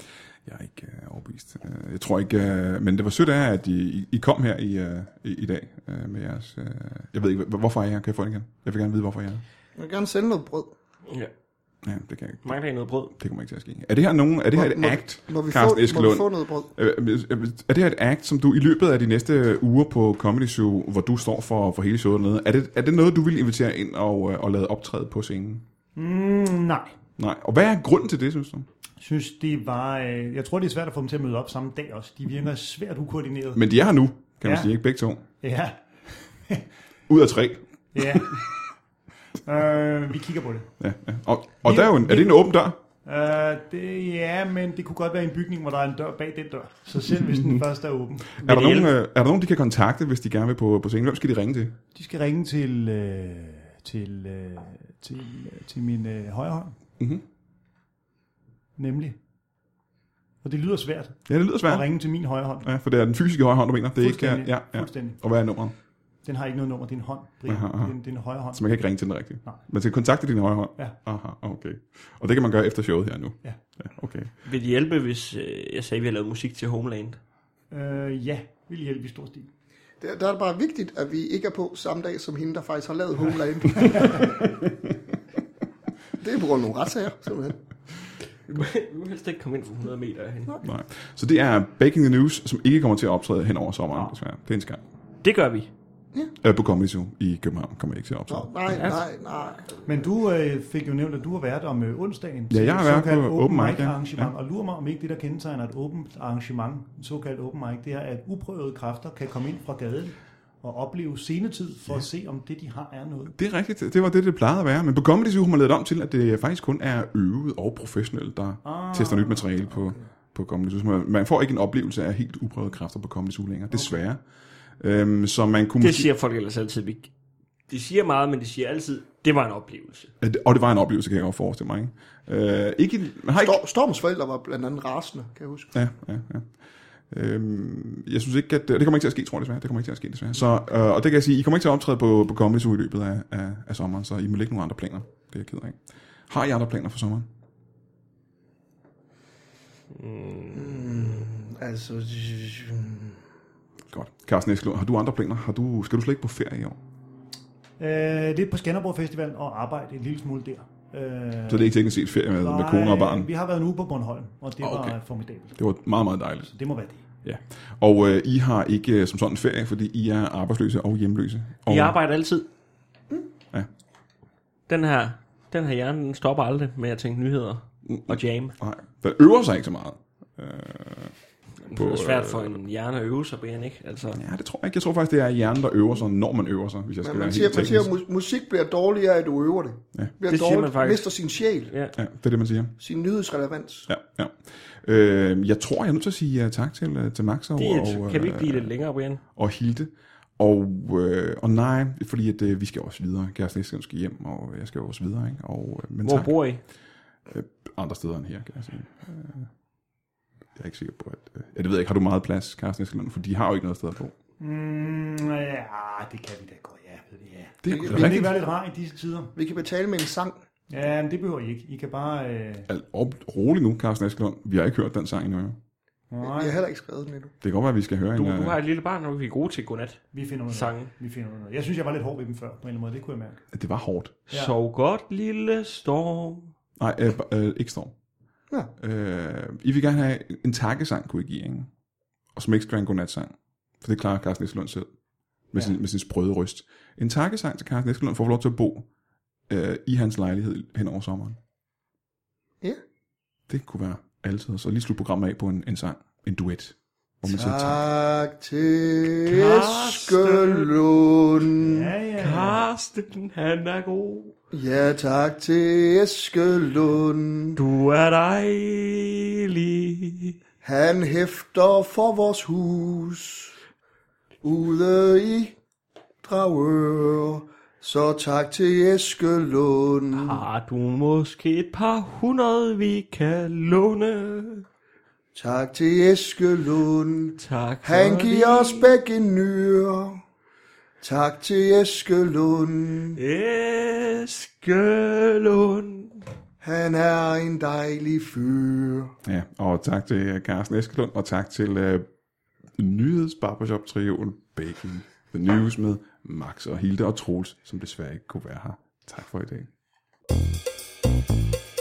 jeg er ikke øh, overbevist. Øh, jeg tror ikke, øh, men det var sødt af jer, at I, I- I kom her i, øh, i, i dag øh, med jeres... Øh, jeg ved ikke, hvor- hvorfor er jeg her? Kan jeg få den igen? Jeg vil gerne vide, hvorfor jeg er her.
Jeg vil gerne sende noget brød.
Ja.
Ja, det kan jeg ikke.
Mangler I noget brød?
Det kommer ikke til at ske. Er det her nogen, er det her
Må-
et
må-
act,
Må vi, få,
Carsten
må vi
Eskelund?
få noget brød?
Øh, øh, Er det her et act, som du i løbet af de næste uger på Comedy Show, hvor du står for, for hele showet dernede, er det, er det noget, du vil invitere ind og, øh, og lade optræde på scenen?
Mm, nej.
Nej. Og hvad er grunden til det, synes du?
synes, det var... Øh, jeg tror, det er svært at få dem til at møde op samme dag også. De virker svært ukoordineret.
Men de er her nu, kan man
Ja.
sige, ikke? Begge to.
Ja,
Ud af tre.
ja. øh, vi kigger på det.
Ja, ja. Og, og
Vi-
der er, jo en, er det en åben dør?
Øh, det. Ja, men det kunne godt være en bygning, hvor der er en dør bag den dør. Så selv hvis den først er åben.
Er der,
det
nogen, øh, er der nogen, de kan kontakte, hvis de gerne vil på, på scenen? Hvem skal de ringe til?
De skal ringe til... Øh, til, øh, til, til min øh, højre hånd.
Mhm.
Nemlig. Og det lyder svært
Ja, det lyder
at
svært.
ringe til min højre hånd.
Ja, for det er den fysiske højre hånd, du mener. Det er ikke,
Fuldstændig.
ja, ja.
Fuldstændig.
Og hvad er nummeret?
Den har ikke noget nummer, det er en hånd, Brian.
Aha, aha.
Det, er en, det er en højre hånd.
Så man kan ikke ringe til den rigtige?
Nej.
Man skal kontakte din højre hånd?
Ja.
Aha, okay. Og det kan man gøre efter showet her nu?
Ja.
ja okay.
Vil det hjælpe, hvis øh, jeg sagde, at vi har lavet musik til Homeland?
Øh, ja, vil hjælpe i stor stil.
Der, der er det bare vigtigt, at vi ikke er på samme dag som hende, der faktisk har lavet Homeland. det er på grund af nogle retssager, simpelthen.
Vi må- vi må helst ikke komme ind for 100 meter herhen.
Nej. Så det er Baking the News, som ikke kommer til at optræde hen over sommeren, desværre. Det er en skam.
Det gør vi.
Øh, på Comedy Zoo i København kommer jeg ikke til at optræde.
Nå, nej, nej, nej.
Men du øh, fik jo nævnt, at du har været om øh, onsdagen
Ja, jeg har
et
været
såkaldt
på open
open
mic,
mic
ja.
arrangement, og lurer mig, om ikke det, der kendetegner et åbent arrangement, et såkaldt open mic, det er, at uprøvede kræfter kan komme ind fra gaden og opleve senetid for at se, om det, de har, er noget.
Det er rigtigt. Det var det, det plejede at være. Men på Comedy Zoo har man lavet om til, at det faktisk kun er øvede og professionelle, der ah, tester nyt materiale på, på Comedy Zoo. Så man, man får ikke en oplevelse af helt uprøvede kræfter på Comedy Zoo længere, okay. desværre. Øhm, så man kunne
Det
måske-
siger folk ellers altid. Vi- De siger meget, men de siger altid, det var en oplevelse.
at- Og det var en oplevelse, kan jeg godt forestille mig. Ikke? Øh, ikke, man har ikke...
Stor, Storms forældre var blandt andet rasende, kan jeg huske.
Ja, ja, ja. Øhm, jeg synes ikke, at... Det kommer ikke til at ske, tror jeg desværre. Det kommer ikke til at ske, desværre. Så, øh, og det kan jeg sige, I kommer ikke til at optræde på, på Comedy Zoo i løbet af, af, af sommeren, så I må lægge nogle andre planer. Det er jeg ked af. Har I andre planer for sommeren?
Altså,
Godt. Carsten Eskelund, har du andre planer? Har du, skal du slet ikke på ferie i år?
Øh, det er på Skanderborg Festival og arbejde en lille smule der. Øh,
Så det er ikke teknisk set ferie med, med kone og barn.
Vi har været en uge på Bornholm, og det
Ah, okay.
var formidabelt.
Det var meget, meget dejligt.
Så det må være det.
Ja. Og øh, I har ikke øh, som sådan ferie, fordi I er arbejdsløse og hjemløse. Og,
Vi arbejder altid.
Ja.
Den her, den her hjerne, den stopper aldrig med at tænke nyheder og jam.
Mm. Nej, der øver sig ikke så meget.
Det er svært for en hjerne at øve sig, Brian, ikke? Altså,
øh, Ja, det tror jeg ikke. Jeg tror faktisk, det er hjernen, der øver sig, når man øver sig, hvis jeg skal
man,
være
man, siger,
helt
man siger,
teknisk.
at musik bliver dårligere, at du øver det. Ja. Bliver
Det siger
dårlig-
man faktisk.
Mister sin sjæl,
Ja, det er det, man siger.
sin nyhedsrelevans.
Ja, ja. Øh, jeg tror, jeg er nødt til at sige uh, tak til, uh, til Max og,
det er,
og,
kan vi ikke
øh,
blive lidt længere, Brian?
og Hilde. Og, øh, og nej, fordi at, øh, vi skal også videre. Kæresten Eskelund skal hjem, og jeg skal også videre. Ikke? Og, øh, men
Hvor
tak.
bor I?
andre steder end her, kan jeg sige. Øh, Jeg er ikke sikker på, at... øh, Ja, det ved jeg ikke. Har du meget plads, Carsten Eskelund? For de har jo ikke noget sted at bo.
Mm, ja, det kan vi da godt. Ja, ved det, ja.
Det
Vil det ikke være lidt rar i disse tider?
Vi kan betale med en sang.
Ja, men det behøver I ikke. I kan bare... Øh,
Al- op- Rolig nu, Carsten Eskelund. Vi har ikke hørt den sang endnu. jo.
nej,
Jeg har heller ikke skrevet den endnu.
Det kan godt være, at vi skal høre
Du,
en... øh,
du har et lille barn, og vi er gode til godnat.
vi finder noget.
Sange.
Vi finder noget. Jeg synes, jeg var lidt hård ved dem før, på en eller anden måde. Det kunne jeg mærke.
at Det var hårdt.
Ja.
Sov godt, lille storm.
Nej, øh, b- øh, ikke Storm.
Ja.
Øh, I vil gerne have en takkesang, kunne I give, ikke? Og som ikke skal være en godnatsang. For det klarer Carsten Eskelund selv. Med,
Ja.
sin, med sin sprøde ryst. En takkesang til Carsten Eskelund for at få lov til at bo øh, i hans lejlighed hen over sommeren.
Ja.
Det kunne være altid. Så lige slutte programmet af på en, en sang. En duet. Hvor man siger tak.
Tak til
Karsten.
Eskelund.
Ja, ja.
Karsten, han er god.
Ja, tak til Eskelund.
Du er dejlig.
Han hæfter for vores hus. Ude i Dragør. Så tak til Eskelund.
Har du måske et par hundrede, vi kan låne?
Tak til Eskelund.
Tak for
Han giver
det.
os begge nyre. Tak til Eskelund.
Eskelund.
Han er en dejlig fyr.
Ja, og tak til øh, Carsten Eskelund, og tak til øh, nyhedsbarbershop-trioen Baking The News med Max og Hilde og Troels, som desværre ikke kunne være her. Tak for i dag.